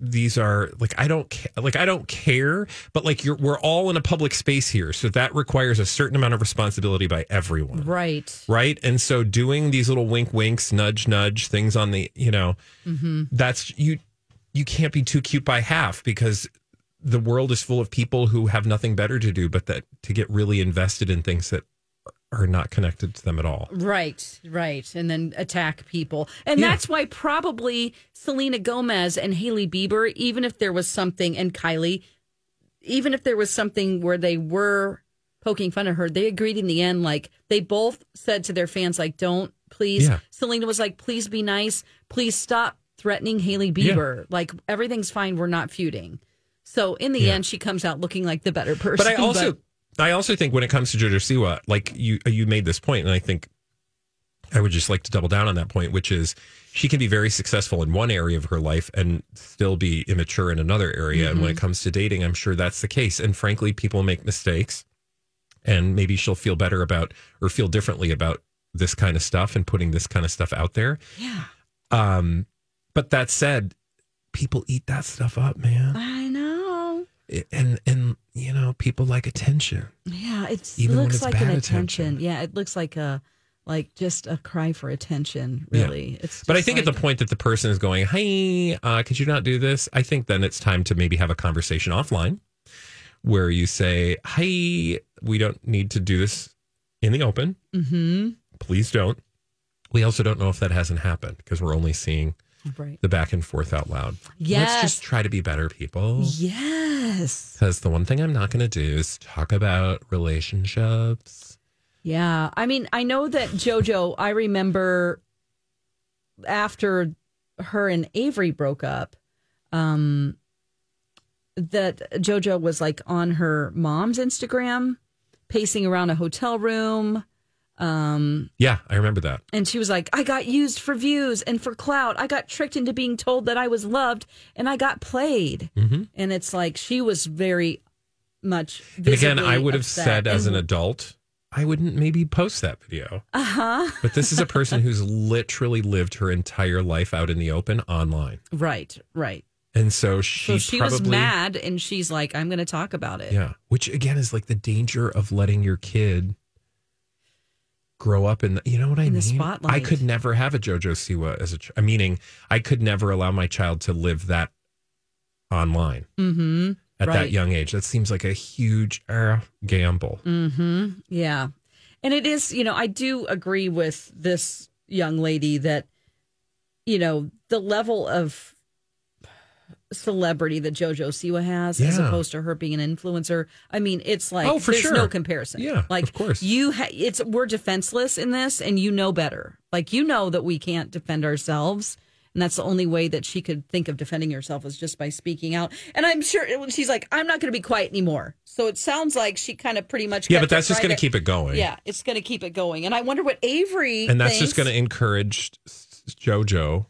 Speaker 4: these are like I don't ca- like I don't care, but like you're we're all in a public space here, so that requires a certain amount of responsibility by everyone
Speaker 2: Right.
Speaker 4: right and so doing these little wink winks nudge nudge things on the you know
Speaker 11: Mhm.
Speaker 4: that's you you can't be too cute by half because the world is full of people who have nothing better to do but that to get really invested in things that are not connected to them at all
Speaker 2: Right, right. And then attack people. And
Speaker 4: Yeah.
Speaker 2: that's why probably Selena Gomez and Haley Bieber, even if there was something, and Kylie, even if there was something where they were poking fun at her, they agreed in the end. Like they both said to their fans, like, don't please.
Speaker 11: Yeah.
Speaker 2: Selena was like, please be nice. Please stop threatening Haley Bieber. Like everything's fine. We're not feuding. So in the
Speaker 4: Yeah.
Speaker 2: end, she comes out looking like the better person. [LAUGHS]
Speaker 4: but i also i also think when it comes to jojo siwa like you you made this point and i think I would just like to double down on that point, which is she can be very successful in one area of her life and still be immature in another area. And when it
Speaker 2: Mm-hmm.
Speaker 11: Mhm.
Speaker 4: comes to dating, I'm sure that's the case. And frankly, people make mistakes and maybe she'll feel better about or feel differently about this kind of stuff and putting this kind of stuff out there.
Speaker 2: Yeah.
Speaker 4: Um, but that said, people eat that stuff up, man.
Speaker 2: I know.
Speaker 4: And and you know, people like attention.
Speaker 2: Yeah, it
Speaker 4: Even when
Speaker 2: looks
Speaker 4: it's
Speaker 2: like an
Speaker 4: bad
Speaker 2: attention. Yeah, it looks like a like just a cry for attention.
Speaker 4: Yeah.
Speaker 2: Really, it's.
Speaker 4: but I
Speaker 2: just
Speaker 4: think at
Speaker 2: like-
Speaker 4: the point that the person is going, "Hey, uh, could you not do this?" I think then it's time to maybe have a conversation offline, where you say, "Hey, we don't need to do this in the open.
Speaker 2: Mhm.
Speaker 4: Please don't." We also don't know if that hasn't happened because we're only seeing
Speaker 2: Right.
Speaker 4: the back and forth out loud. Let's
Speaker 11: Yes.
Speaker 4: just try to be better people.
Speaker 2: Yes.
Speaker 4: Because the one thing I'm not going to do is talk about relationships.
Speaker 2: Yeah, I mean, I know that JoJo. I remember after her and Avery broke up, um, that JoJo was like on her mom's Instagram, pacing around a hotel room. Um,
Speaker 4: Yeah, I remember that.
Speaker 2: And she was like, I got used for views and for clout. I got tricked into being told that I was loved and I got played.
Speaker 4: Mm-hmm.
Speaker 2: And it's like, she was very much.
Speaker 4: And again, I would have
Speaker 2: visibly
Speaker 4: said
Speaker 2: upset.
Speaker 4: as an adult, I wouldn't maybe post that video.
Speaker 2: Uh huh.
Speaker 4: But this is a person who's literally lived her entire life out in the open online.
Speaker 2: Right, right.
Speaker 4: And so she,
Speaker 2: so she
Speaker 4: probably
Speaker 2: was mad and she's like, I'm going to talk about it.
Speaker 4: Yeah. Which again is like the danger of letting your kid grow up in the, you know what I
Speaker 2: In the
Speaker 4: mean?
Speaker 2: spotlight.
Speaker 4: I could never have a JoJo Siwa as a ch- meaning I could never allow my child to live that online.
Speaker 2: Mm hmm.
Speaker 4: at
Speaker 2: Right.
Speaker 4: that young age. That seems like a huge uh, gamble.
Speaker 2: hmm Yeah. And it is, you know, I do agree with this young lady that, you know, the level of celebrity that JoJo Siwa has as
Speaker 4: Yeah.
Speaker 2: opposed to her being an influencer. I mean, it's like
Speaker 4: Oh, for
Speaker 2: there's
Speaker 4: sure.
Speaker 2: no comparison.
Speaker 4: Yeah,
Speaker 2: Like
Speaker 4: of course.
Speaker 2: You ha- it's we're defenseless in this and you know better. Like you know that we can't defend ourselves. And that's the only way that she could think of defending herself was just by speaking out. And I'm sure she's like, I'm not going to be quiet anymore. So it sounds like she kind of pretty much
Speaker 4: Yeah, but
Speaker 2: kept it
Speaker 4: that's just gonna
Speaker 2: private.
Speaker 4: keep it going.
Speaker 2: Yeah, it's going to keep it going. And I wonder what Avery
Speaker 4: And that's just going
Speaker 2: thinks.
Speaker 4: to encourage s- s- JoJo.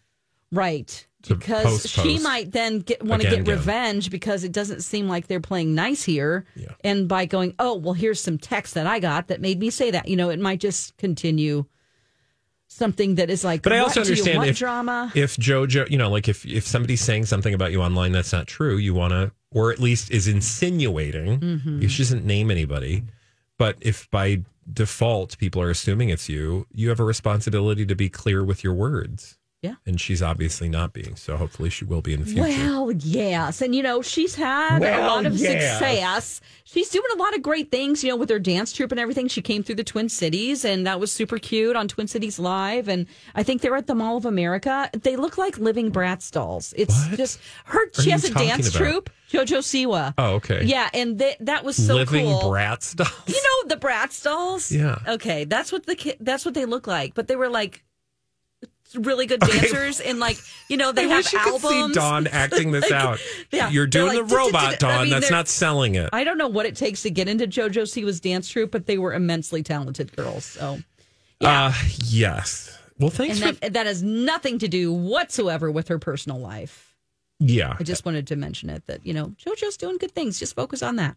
Speaker 2: right
Speaker 4: to
Speaker 2: because
Speaker 4: post,
Speaker 2: she
Speaker 4: post.
Speaker 2: might then get want to
Speaker 4: Again,
Speaker 2: get
Speaker 4: again.
Speaker 2: revenge because it doesn't seem like they're playing nice here. And by going, oh well, here's some text that I got that made me say that. You know, it might just continue something that is like.
Speaker 4: But I also
Speaker 2: what do you
Speaker 4: understand
Speaker 2: want
Speaker 4: if
Speaker 2: drama.
Speaker 4: if JoJo, you know, like if if somebody's saying something about you online that's not true, you want to, or at least is insinuating.
Speaker 2: Mm-hmm.
Speaker 11: Mhm.
Speaker 4: She doesn't name anybody, but if by default people are assuming it's you, you have a responsibility to be clear with your words.
Speaker 2: Yeah.
Speaker 4: and she's obviously not being. So hopefully she will be in the future.
Speaker 2: Well, yes. And, you know, she's had a
Speaker 4: Well,
Speaker 2: lot of
Speaker 4: yes.
Speaker 2: success. She's doing a lot of great things, you know, with her dance troupe and everything. She came through the Twin Cities, and that was super cute on Twin Cities Live. And I think they're at the Mall of America. They look like living Bratz dolls. It's just her. She
Speaker 4: you
Speaker 2: has a
Speaker 4: talking
Speaker 2: dance
Speaker 4: about?
Speaker 2: troupe, JoJo Siwa.
Speaker 4: Oh, okay.
Speaker 2: Yeah. And th- that was so
Speaker 4: living
Speaker 2: cool.
Speaker 4: brat stuff.
Speaker 2: You know the Bratz dolls?
Speaker 4: Yeah.
Speaker 2: Okay, that's what the ki- that's what they look like, but they were like really
Speaker 4: [LAUGHS]
Speaker 2: good dancers and like you know they
Speaker 4: I
Speaker 2: have
Speaker 4: wish you
Speaker 2: albums.
Speaker 4: could see Dawn acting
Speaker 2: [LAUGHS]
Speaker 4: this
Speaker 2: Like,
Speaker 4: out.
Speaker 2: yeah,
Speaker 4: You're
Speaker 2: they're
Speaker 4: doing
Speaker 2: like,
Speaker 4: the robot,
Speaker 2: "Duh, duh, duh." I
Speaker 4: Dawn.
Speaker 2: mean,
Speaker 4: That's
Speaker 2: they're-
Speaker 4: not selling it.
Speaker 2: I don't know what it takes to get into JoJo Siwa's dance troupe, but they were immensely talented girls. So
Speaker 4: Uh, yes. Well, thanks
Speaker 2: and
Speaker 4: for
Speaker 2: that that has nothing to do whatsoever with her personal life.
Speaker 4: yeah.
Speaker 2: I just wanted to mention it that you know JoJo's doing good things. Just focus on that.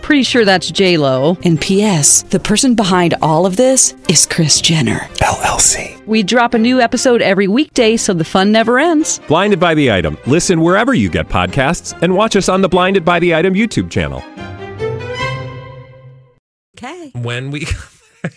Speaker 2: Pretty sure that's J Lo. And P.S. The person behind all of this is Chris Jenner LLC. We drop a new episode every weekday, so the fun never ends.
Speaker 4: Blinded by the Item. Listen wherever you get podcasts, and watch us on the Blinded by the Item YouTube channel.
Speaker 2: Okay.
Speaker 4: When we [LAUGHS] come back,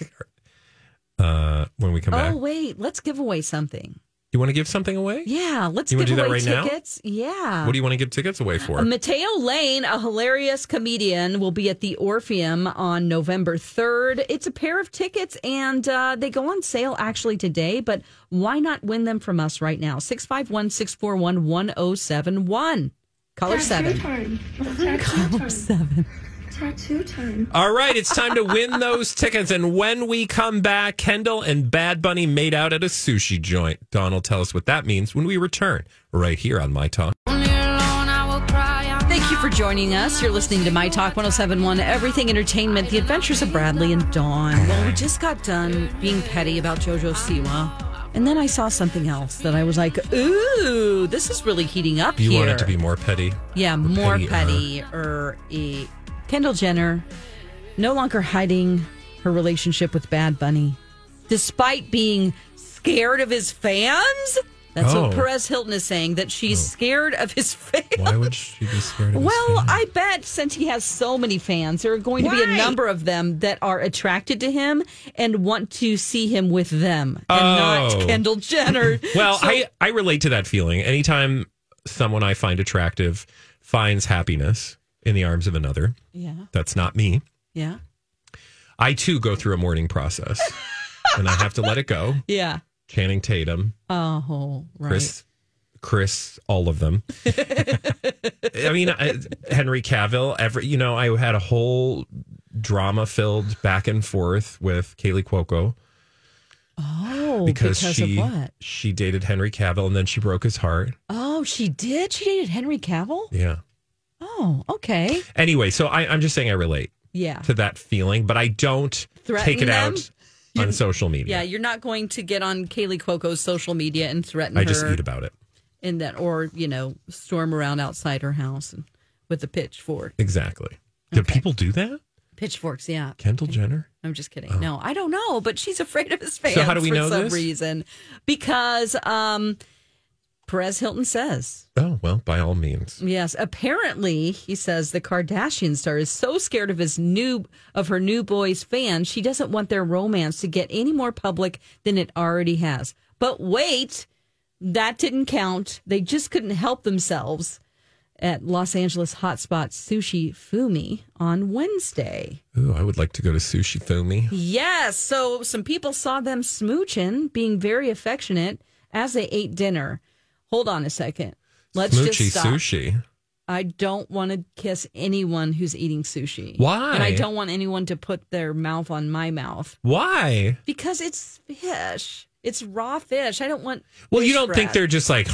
Speaker 4: uh, when we come back,
Speaker 2: Oh wait, let's give away something.
Speaker 4: you want to give something away?
Speaker 2: Yeah, let's
Speaker 4: You wanna
Speaker 2: give
Speaker 4: do that
Speaker 2: away
Speaker 4: right now?
Speaker 2: tickets. Yeah.
Speaker 4: What do you want to give tickets away for?
Speaker 2: Uh, Mateo Lane, a hilarious comedian, will be at the Orpheum on November 3rd. It's a pair of tickets and uh, they go on sale actually today, but why not win them from us right now? 651 641 1071. Color
Speaker 12: Tattoo
Speaker 2: 7.
Speaker 12: time. Tattoo time.
Speaker 2: Seven.
Speaker 12: Tattoo time.
Speaker 4: All right, it's time to win those tickets. And when we come back, Kendall and Bad Bunny made out at a sushi joint. Don will tell us what that means when we return right here on My Talk.
Speaker 2: Thank you for joining us. You're listening to My Talk 1071 Everything Entertainment, The Adventures of Bradley and Dawn. Well, we just got done being petty about JoJo Siwa. And then I saw something else that I was like, ooh, this is really heating up
Speaker 4: You
Speaker 2: here.
Speaker 4: want it to be more petty?
Speaker 2: Yeah, more petty or e. Kendall Jenner no longer hiding her relationship with Bad Bunny, despite being scared of his fans. That's
Speaker 4: Oh.
Speaker 2: what Perez Hilton is saying that she's scared of his [LAUGHS] fans.
Speaker 4: Why would she be scared of
Speaker 2: Well, I bet since he has so many fans, there are going to be a number of them that are attracted to him and want to see him with them and
Speaker 4: Oh.
Speaker 2: not Kendall Jenner.
Speaker 4: [LAUGHS] Well,
Speaker 2: So-
Speaker 4: I, I relate to that feeling. Anytime someone I find attractive finds happiness in the arms of another,
Speaker 2: Yeah.
Speaker 4: that's not me.
Speaker 2: Yeah.
Speaker 4: I too go through a mourning process and I have to let it go.
Speaker 2: Yeah.
Speaker 4: Channing Tatum,
Speaker 2: Oh, right.
Speaker 4: Chris, Chris, all of them. I mean, I, Henry Cavill. Every you know, I had a whole drama-filled back and forth with Kaylee Cuoco
Speaker 2: Oh,
Speaker 4: because,
Speaker 2: because,
Speaker 4: she
Speaker 2: of what?
Speaker 4: she dated Henry Cavill and then she broke his heart.
Speaker 2: Oh, she did. She dated Henry Cavill.
Speaker 4: Yeah.
Speaker 2: Oh, okay.
Speaker 4: Anyway, so I, I'm just saying I relate
Speaker 2: Yeah.
Speaker 4: to that feeling, but I don't
Speaker 2: Threaten
Speaker 4: take it
Speaker 2: them? [LAUGHS]
Speaker 4: out on social media.
Speaker 2: Yeah, you're not going to get on Kaylee Cuoco's social media and threaten
Speaker 4: I
Speaker 2: her
Speaker 4: just eat about it.
Speaker 2: in that, or you know, storm around outside her house and, with a pitchfork.
Speaker 4: Exactly. Do people do that?
Speaker 2: Pitchforks, yeah.
Speaker 4: Kendall Jenner.
Speaker 2: I'm just
Speaker 4: Oh.
Speaker 2: kidding. No, I don't know, but she's afraid of his fans
Speaker 4: So how do we
Speaker 2: for
Speaker 4: know
Speaker 2: some
Speaker 4: this?
Speaker 2: reason because um, Perez Hilton says.
Speaker 4: Oh, well, by all means.
Speaker 2: Yes, apparently he says the Kardashian star is so scared of his new of her new boy's fans, she doesn't want their romance to get any more public than it already has. But wait, that didn't count. They just couldn't help themselves at Los Angeles hotspot Sushi Fumi on Wednesday.
Speaker 4: Ooh, I would like to go to Sushi Fumi.
Speaker 2: Yes, so some people saw them smooching, being very affectionate as they ate dinner. Hold on a second. Let's
Speaker 4: Smoochy
Speaker 2: just stop.
Speaker 4: sushi.
Speaker 2: I don't want to kiss anyone who's eating sushi.
Speaker 4: Why?
Speaker 2: And I don't want anyone to put their mouth on my mouth
Speaker 4: Why?
Speaker 2: because it's fish. It's raw fish. I don't want.
Speaker 4: Well, you
Speaker 2: fish
Speaker 4: don't think
Speaker 2: breath.
Speaker 4: they're just like,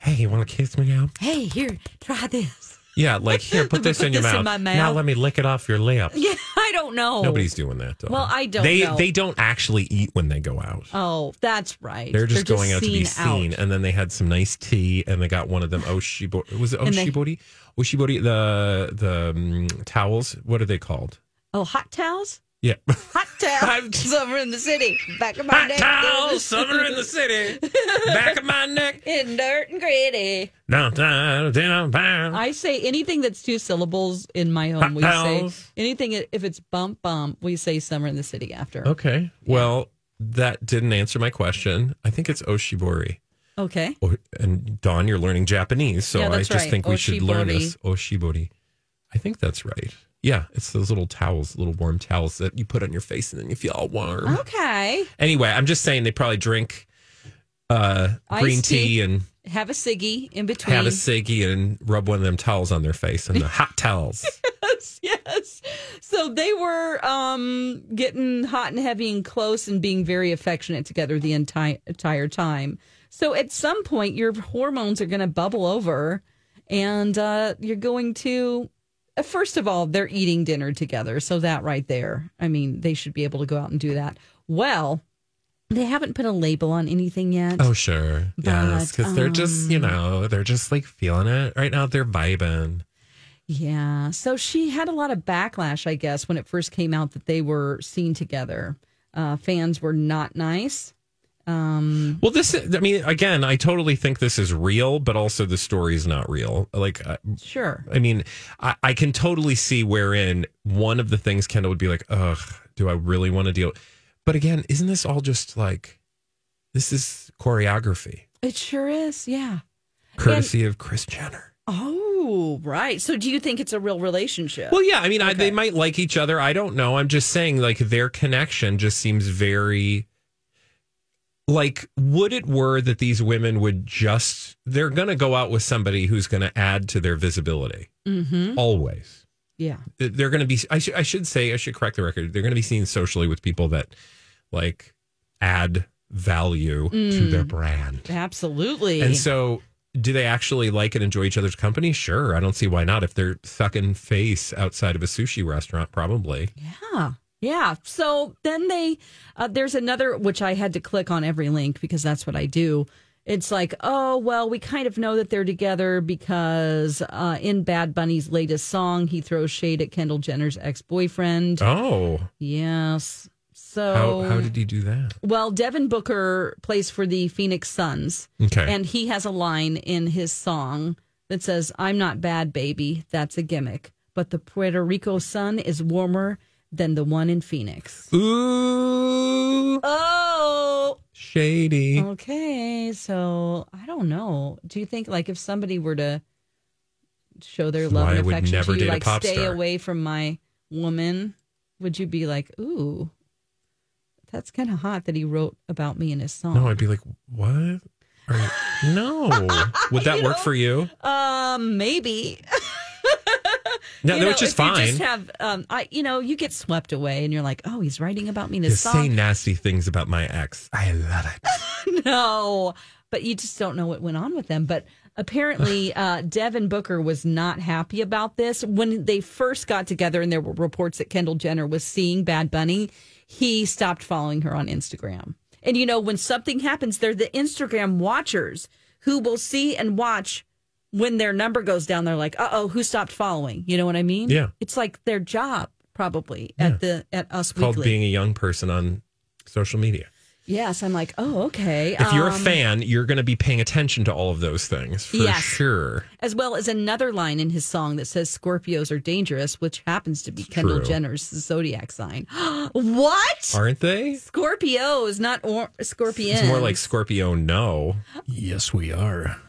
Speaker 4: hey, you want to kiss me now?
Speaker 2: Hey, here, try this. [LAUGHS]
Speaker 4: Yeah, like here, put this
Speaker 2: Put
Speaker 4: in your
Speaker 2: this
Speaker 4: mouth.
Speaker 2: in my mouth.
Speaker 4: Now let me lick it off your lip.
Speaker 2: Yeah, I don't know.
Speaker 4: Nobody's doing that. Though.
Speaker 2: Well, I don't
Speaker 4: They
Speaker 2: know.
Speaker 4: they don't actually eat when they go out.
Speaker 2: Oh, that's right.
Speaker 4: They're just going out to be
Speaker 2: seen out.
Speaker 4: seen. And then they had some nice tea, and they got one
Speaker 2: [LAUGHS]
Speaker 4: of them oshibori. Was it
Speaker 2: And they-
Speaker 4: oshibori? Oshibori the the um, towels. What are they called?
Speaker 2: Oh, hot towels.
Speaker 4: Yeah, [LAUGHS]
Speaker 2: Hot towels. [LAUGHS] summer in the city. Back of my
Speaker 4: hot
Speaker 2: neck.
Speaker 4: towels.
Speaker 2: [LAUGHS]
Speaker 4: Summer in the city. Back of my neck.
Speaker 2: In dirt and gritty.
Speaker 4: No, no, no, no.
Speaker 2: I say anything that's two syllables in my home. We say
Speaker 4: Hotels.
Speaker 2: anything if it's bump bump. We say summer in the city after.
Speaker 4: Okay. Well, that didn't answer my question. I think it's oshibori.
Speaker 2: Okay.
Speaker 4: Oh, and Don, you're learning Japanese, so
Speaker 2: Yeah,
Speaker 4: I
Speaker 2: that's
Speaker 4: just
Speaker 2: right.
Speaker 4: think we should learn
Speaker 2: Oshibori.
Speaker 4: this oshibori. I think that's right. Yeah, it's those little towels, little warm towels that you put on your face and then you feel all warm.
Speaker 2: Oh. Okay.
Speaker 4: Anyway, I'm just saying they probably drink uh, green
Speaker 2: Iced
Speaker 4: tea,
Speaker 2: tea.
Speaker 4: and
Speaker 2: Have a ciggy in between.
Speaker 4: have a ciggy and rub one of them towels on their
Speaker 2: [LAUGHS]
Speaker 4: face and the hot towels.
Speaker 2: yes, yes. So they were um, getting hot and heavy and close and being very affectionate together the entire entire time. So at some point, your hormones are going to bubble over, and uh, you're going to. uh, First of all, they're eating dinner together, so that right there. I mean, they should be able to go out and do that. Well, they haven't put a label on anything yet.
Speaker 4: Oh, sure. yes. Because they're just,
Speaker 2: um,
Speaker 4: you know, they're just like feeling it right now. They're vibing.
Speaker 2: Yeah. So she had a lot of backlash, I guess, when it first came out that they were seen together. Uh, fans were not nice. Um,
Speaker 4: Well, this, I mean, again, I totally think this is real, but also the story is not real. Like, I,
Speaker 2: sure.
Speaker 4: I mean, I, I can totally see wherein one of the things Kendall would be like, ugh, do I really want to deal? But again, isn't this all just like, this is choreography,
Speaker 2: It sure is. Yeah.
Speaker 4: courtesy of Chris Jenner?
Speaker 2: Oh, right. So do you think it's a real relationship?
Speaker 4: Well, yeah, I mean, I, they might like each other. I don't know. I'm just saying, like, their connection just seems very. Like, would it were that these women would just, they're going to go out with somebody who's going to add to their visibility.
Speaker 2: Mm-hmm.
Speaker 4: always
Speaker 2: Yeah.
Speaker 4: Th- they're going to be I, should I should say i should correct the record they're going to be seen socially with people that like add value to
Speaker 2: Mm.
Speaker 4: their brand
Speaker 2: Absolutely.
Speaker 4: and so do they actually like and enjoy each other's company sure i don't see why not if they're sucking face outside of a sushi restaurant probably
Speaker 2: Yeah. Yeah. So then they, uh, there's another, which I had to click on every link because that's what I do. It's like, oh, well, we kind of know that they're together because uh, in Bad Bunny's latest song, he throws shade at Kendall Jenner's ex boyfriend.
Speaker 4: oh
Speaker 2: Yes.
Speaker 4: how,
Speaker 2: So,
Speaker 4: how did he do that
Speaker 2: well, Devin Booker plays for the Phoenix Suns.
Speaker 4: Okay.
Speaker 2: And he has a line in his song that says, I'm not bad, baby. That's a gimmick. But the Puerto Rico sun is warmer than the one in Phoenix.
Speaker 4: ooh
Speaker 2: Oh, [LAUGHS]
Speaker 4: shady
Speaker 2: okay. So I don't know. Do you think, like, if somebody were to show their
Speaker 4: That's
Speaker 2: love
Speaker 4: why
Speaker 2: and
Speaker 4: I would
Speaker 2: affection to
Speaker 4: never
Speaker 2: you,
Speaker 4: date a
Speaker 2: like,
Speaker 4: pop
Speaker 2: stay
Speaker 4: star."
Speaker 2: away from my woman, would you be like, ooh, that's kind of hot that he wrote about me in his song?
Speaker 4: no i'd be like what Are you-
Speaker 2: [LAUGHS]
Speaker 4: no would that work for you
Speaker 2: Um, maybe.
Speaker 4: no,
Speaker 2: You
Speaker 4: no
Speaker 2: know,
Speaker 4: which is
Speaker 2: if you
Speaker 4: fine
Speaker 2: just have, um, I, you know, you get swept away, and you're like, oh, he's writing about me in his
Speaker 4: Just say
Speaker 2: song.
Speaker 4: nasty things about my ex. I love
Speaker 2: [LAUGHS]
Speaker 4: it.
Speaker 2: no, but you just don't know what went on with them. But
Speaker 4: [LAUGHS]
Speaker 2: apparently, uh, Devin Booker was not happy about this when they first got together, and there were reports that Kendall Jenner was seeing Bad Bunny. He stopped following her on Instagram, and you know, when something happens, they're the Instagram watchers who will see and watch. When their number goes down, they're like, "Uh oh, who stopped following?" You know what I mean?
Speaker 4: Yeah.
Speaker 2: it's like their job probably
Speaker 4: Yeah.
Speaker 2: at the at Us
Speaker 4: Called
Speaker 2: Weekly.
Speaker 4: being a young person on social media.
Speaker 2: Yes, I'm like, oh, okay.
Speaker 4: If you're a
Speaker 2: Um,
Speaker 4: fan, you're going to be paying attention to all of those things for
Speaker 2: Yes.
Speaker 4: sure.
Speaker 2: as well as another line in his song that says Scorpios are dangerous, which happens to be Kendall
Speaker 4: true.
Speaker 2: Jenner's zodiac sign. [GASPS] what?
Speaker 4: Aren't they?
Speaker 2: Scorpios, not or- scorpions.
Speaker 4: It's more like Scorpio no.
Speaker 6: Yes, we are.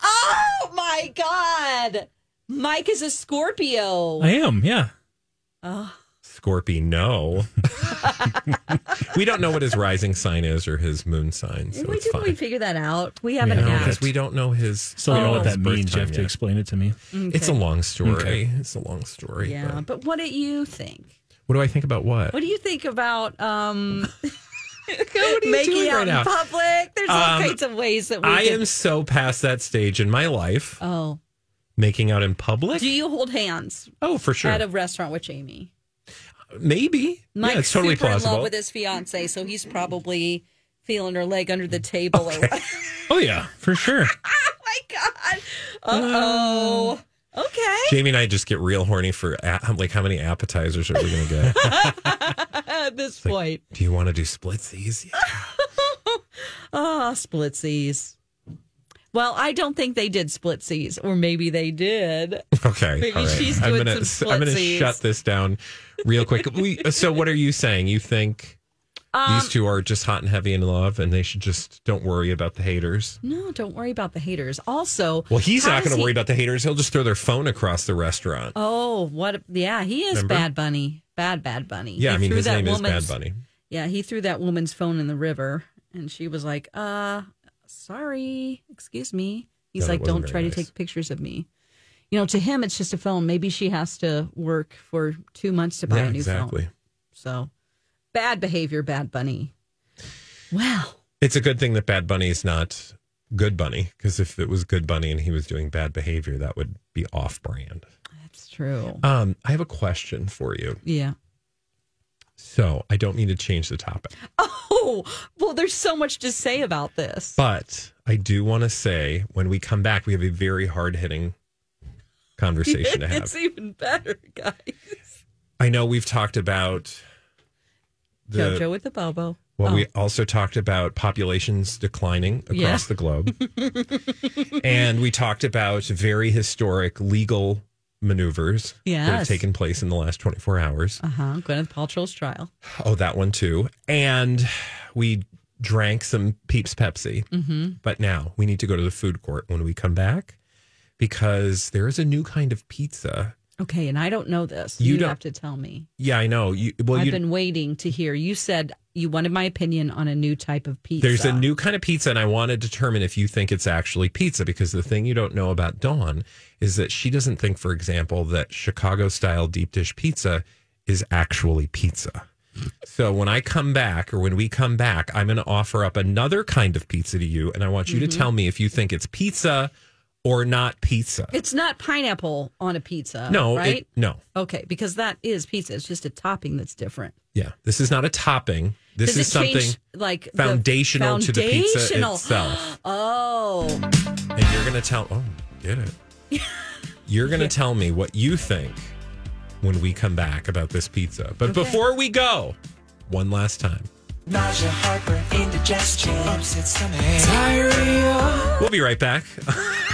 Speaker 2: Oh my god. Mike is a Scorpio.
Speaker 6: I am, yeah.
Speaker 2: Oh. [LAUGHS]
Speaker 4: Scorpio no. we don't know what his rising sign is or his moon sign, so
Speaker 2: Wait,
Speaker 4: it's
Speaker 2: didn't we
Speaker 4: fine.
Speaker 2: figure that out? We
Speaker 4: No,
Speaker 2: haven't
Speaker 4: because we don't know his.
Speaker 6: Still
Speaker 9: Oh.
Speaker 6: don't know what
Speaker 4: his
Speaker 6: that
Speaker 4: birth
Speaker 6: means. You
Speaker 4: time
Speaker 6: have to
Speaker 4: yet.
Speaker 6: explain it to me.
Speaker 2: Mm, Okay.
Speaker 4: It's a long story.
Speaker 6: Okay.
Speaker 4: It's a long story.
Speaker 2: Yeah,
Speaker 4: but-
Speaker 2: but, what do you think?
Speaker 4: What do I think about what?
Speaker 2: What do you think about
Speaker 4: [LAUGHS]
Speaker 2: um
Speaker 4: you
Speaker 2: making
Speaker 4: doing
Speaker 2: out
Speaker 4: right
Speaker 2: in
Speaker 4: now?
Speaker 2: public? There's all
Speaker 4: Um,
Speaker 2: kinds of ways that we
Speaker 4: I
Speaker 2: can-
Speaker 4: am so past that stage in my life,
Speaker 2: Oh.
Speaker 4: making out in public.
Speaker 2: Do you hold hands
Speaker 4: oh, for sure.
Speaker 2: at a restaurant with Jamie?
Speaker 4: Maybe.
Speaker 2: Mike's
Speaker 4: yeah, it's totally
Speaker 2: super in love
Speaker 4: plausible.
Speaker 2: with his fiance, so he's probably feeling her leg under the table.
Speaker 4: [LAUGHS]
Speaker 2: Or [LAUGHS] Oh
Speaker 6: Oh, yeah, for sure.
Speaker 2: uh oh. Okay. [LAUGHS]
Speaker 4: Jamie and I just get real horny for a- I'm like how many appetizers are we
Speaker 2: [LAUGHS]
Speaker 4: going to get?
Speaker 2: At this point,
Speaker 4: do you want to do splitsies?
Speaker 2: [LAUGHS]
Speaker 4: Yeah.
Speaker 2: ah, splitsies. Well, I don't think they did splitsies, or maybe they
Speaker 4: [LAUGHS]
Speaker 2: did.
Speaker 4: Okay.
Speaker 2: Maybe
Speaker 4: all right.
Speaker 2: she's
Speaker 4: I'm
Speaker 2: doing
Speaker 4: gonna,
Speaker 2: some
Speaker 4: s- I'm gonna
Speaker 2: splitsies.
Speaker 4: shut this down real quick. we, so what are you saying? You think
Speaker 2: Um,
Speaker 4: these two are just hot and heavy in love and they should just don't worry about the haters?
Speaker 2: no, don't worry about the haters. Also,
Speaker 4: Well, he's
Speaker 2: how
Speaker 4: not
Speaker 2: does
Speaker 4: going to
Speaker 2: he-
Speaker 4: worry about the haters. He'll just throw their phone across the restaurant.
Speaker 2: Oh, what? Yeah, he is
Speaker 4: Remember?
Speaker 2: Bad Bunny. Bad, bad Bunny.
Speaker 4: yeah,
Speaker 2: He
Speaker 4: I mean,
Speaker 2: threw
Speaker 4: his
Speaker 2: that
Speaker 4: name is Bad
Speaker 2: woman's-
Speaker 4: Bunny.
Speaker 2: Yeah, he threw that woman's phone in the river, and she was like, "Uh, sorry, excuse me." He's
Speaker 4: No, that
Speaker 2: like,
Speaker 4: wasn't
Speaker 2: "Don't try
Speaker 4: very
Speaker 2: to
Speaker 4: nice.
Speaker 2: take pictures of me." You know, to him, it's just a phone. Maybe she has to work for two months to buy
Speaker 4: Yeah,
Speaker 2: a new
Speaker 4: exactly.
Speaker 2: phone. So, bad behavior, bad bunny. Wow.
Speaker 4: It's a good thing that Bad Bunny is not Good Bunny because if it was Good Bunny and he was doing bad behavior, that would be off brand.
Speaker 2: That's true.
Speaker 4: Um, I have a question for you.
Speaker 2: Yeah. [LAUGHS]
Speaker 4: So I don't mean to change the topic,
Speaker 2: Oh, well, there's so much to say about this.
Speaker 4: but I do want to say when we come back, we have a very hard hitting conversation to
Speaker 2: [LAUGHS]
Speaker 4: have.
Speaker 2: it's even better, guys.
Speaker 4: I know we've talked about the.
Speaker 2: JoJo with the Bobo.
Speaker 4: Well,
Speaker 2: Oh.
Speaker 4: we also talked about populations declining across
Speaker 2: Yeah.
Speaker 4: the
Speaker 2: [LAUGHS]
Speaker 4: globe. and we talked about very historic legal maneuvers that have
Speaker 2: Yes.
Speaker 4: taken place in the last 24 hours.
Speaker 2: Uh huh. Gwyneth Paltrow's trial.
Speaker 4: Oh, that one too. And we drank some Peeps Pepsi.
Speaker 2: Mm-hmm.
Speaker 4: But now we need to go to the food court when we come back because there is a new kind of pizza.
Speaker 2: Okay, and I don't know this.
Speaker 4: You
Speaker 2: You,
Speaker 4: don't-
Speaker 2: have to tell me.
Speaker 4: Yeah, I know. You, well,
Speaker 2: I've
Speaker 4: you,
Speaker 2: been waiting to hear. You said you wanted my opinion on a new type of pizza.
Speaker 4: There's a new kind of pizza, and I want to determine if you think it's actually pizza because the thing you don't know about Dawn is that she doesn't think, for example, that Chicago style deep dish pizza is actually pizza. So when I come back, or when we come back, I'm going to offer up another kind of pizza to you, and I want you to
Speaker 2: Mm-hmm.
Speaker 4: tell me if you think it's pizza or not pizza.
Speaker 2: It's not pineapple on a pizza.
Speaker 4: no, it-
Speaker 2: right?
Speaker 4: no,
Speaker 2: okay, because that is pizza. It's just a topping that's different.
Speaker 4: yeah, this is not a topping. This
Speaker 2: Does
Speaker 4: is
Speaker 2: it
Speaker 4: something
Speaker 2: change, like the
Speaker 4: foundational to the pizza
Speaker 2: foundational?
Speaker 4: itself.
Speaker 2: [GASPS] oh,
Speaker 4: And you're going to tell, oh, get it. You're going to tell me what you think when we come back about this pizza. But before we go, one last time.
Speaker 3: Nausea, heartburn, indigestion, upset stomach, diarrhea.
Speaker 4: We'll be right back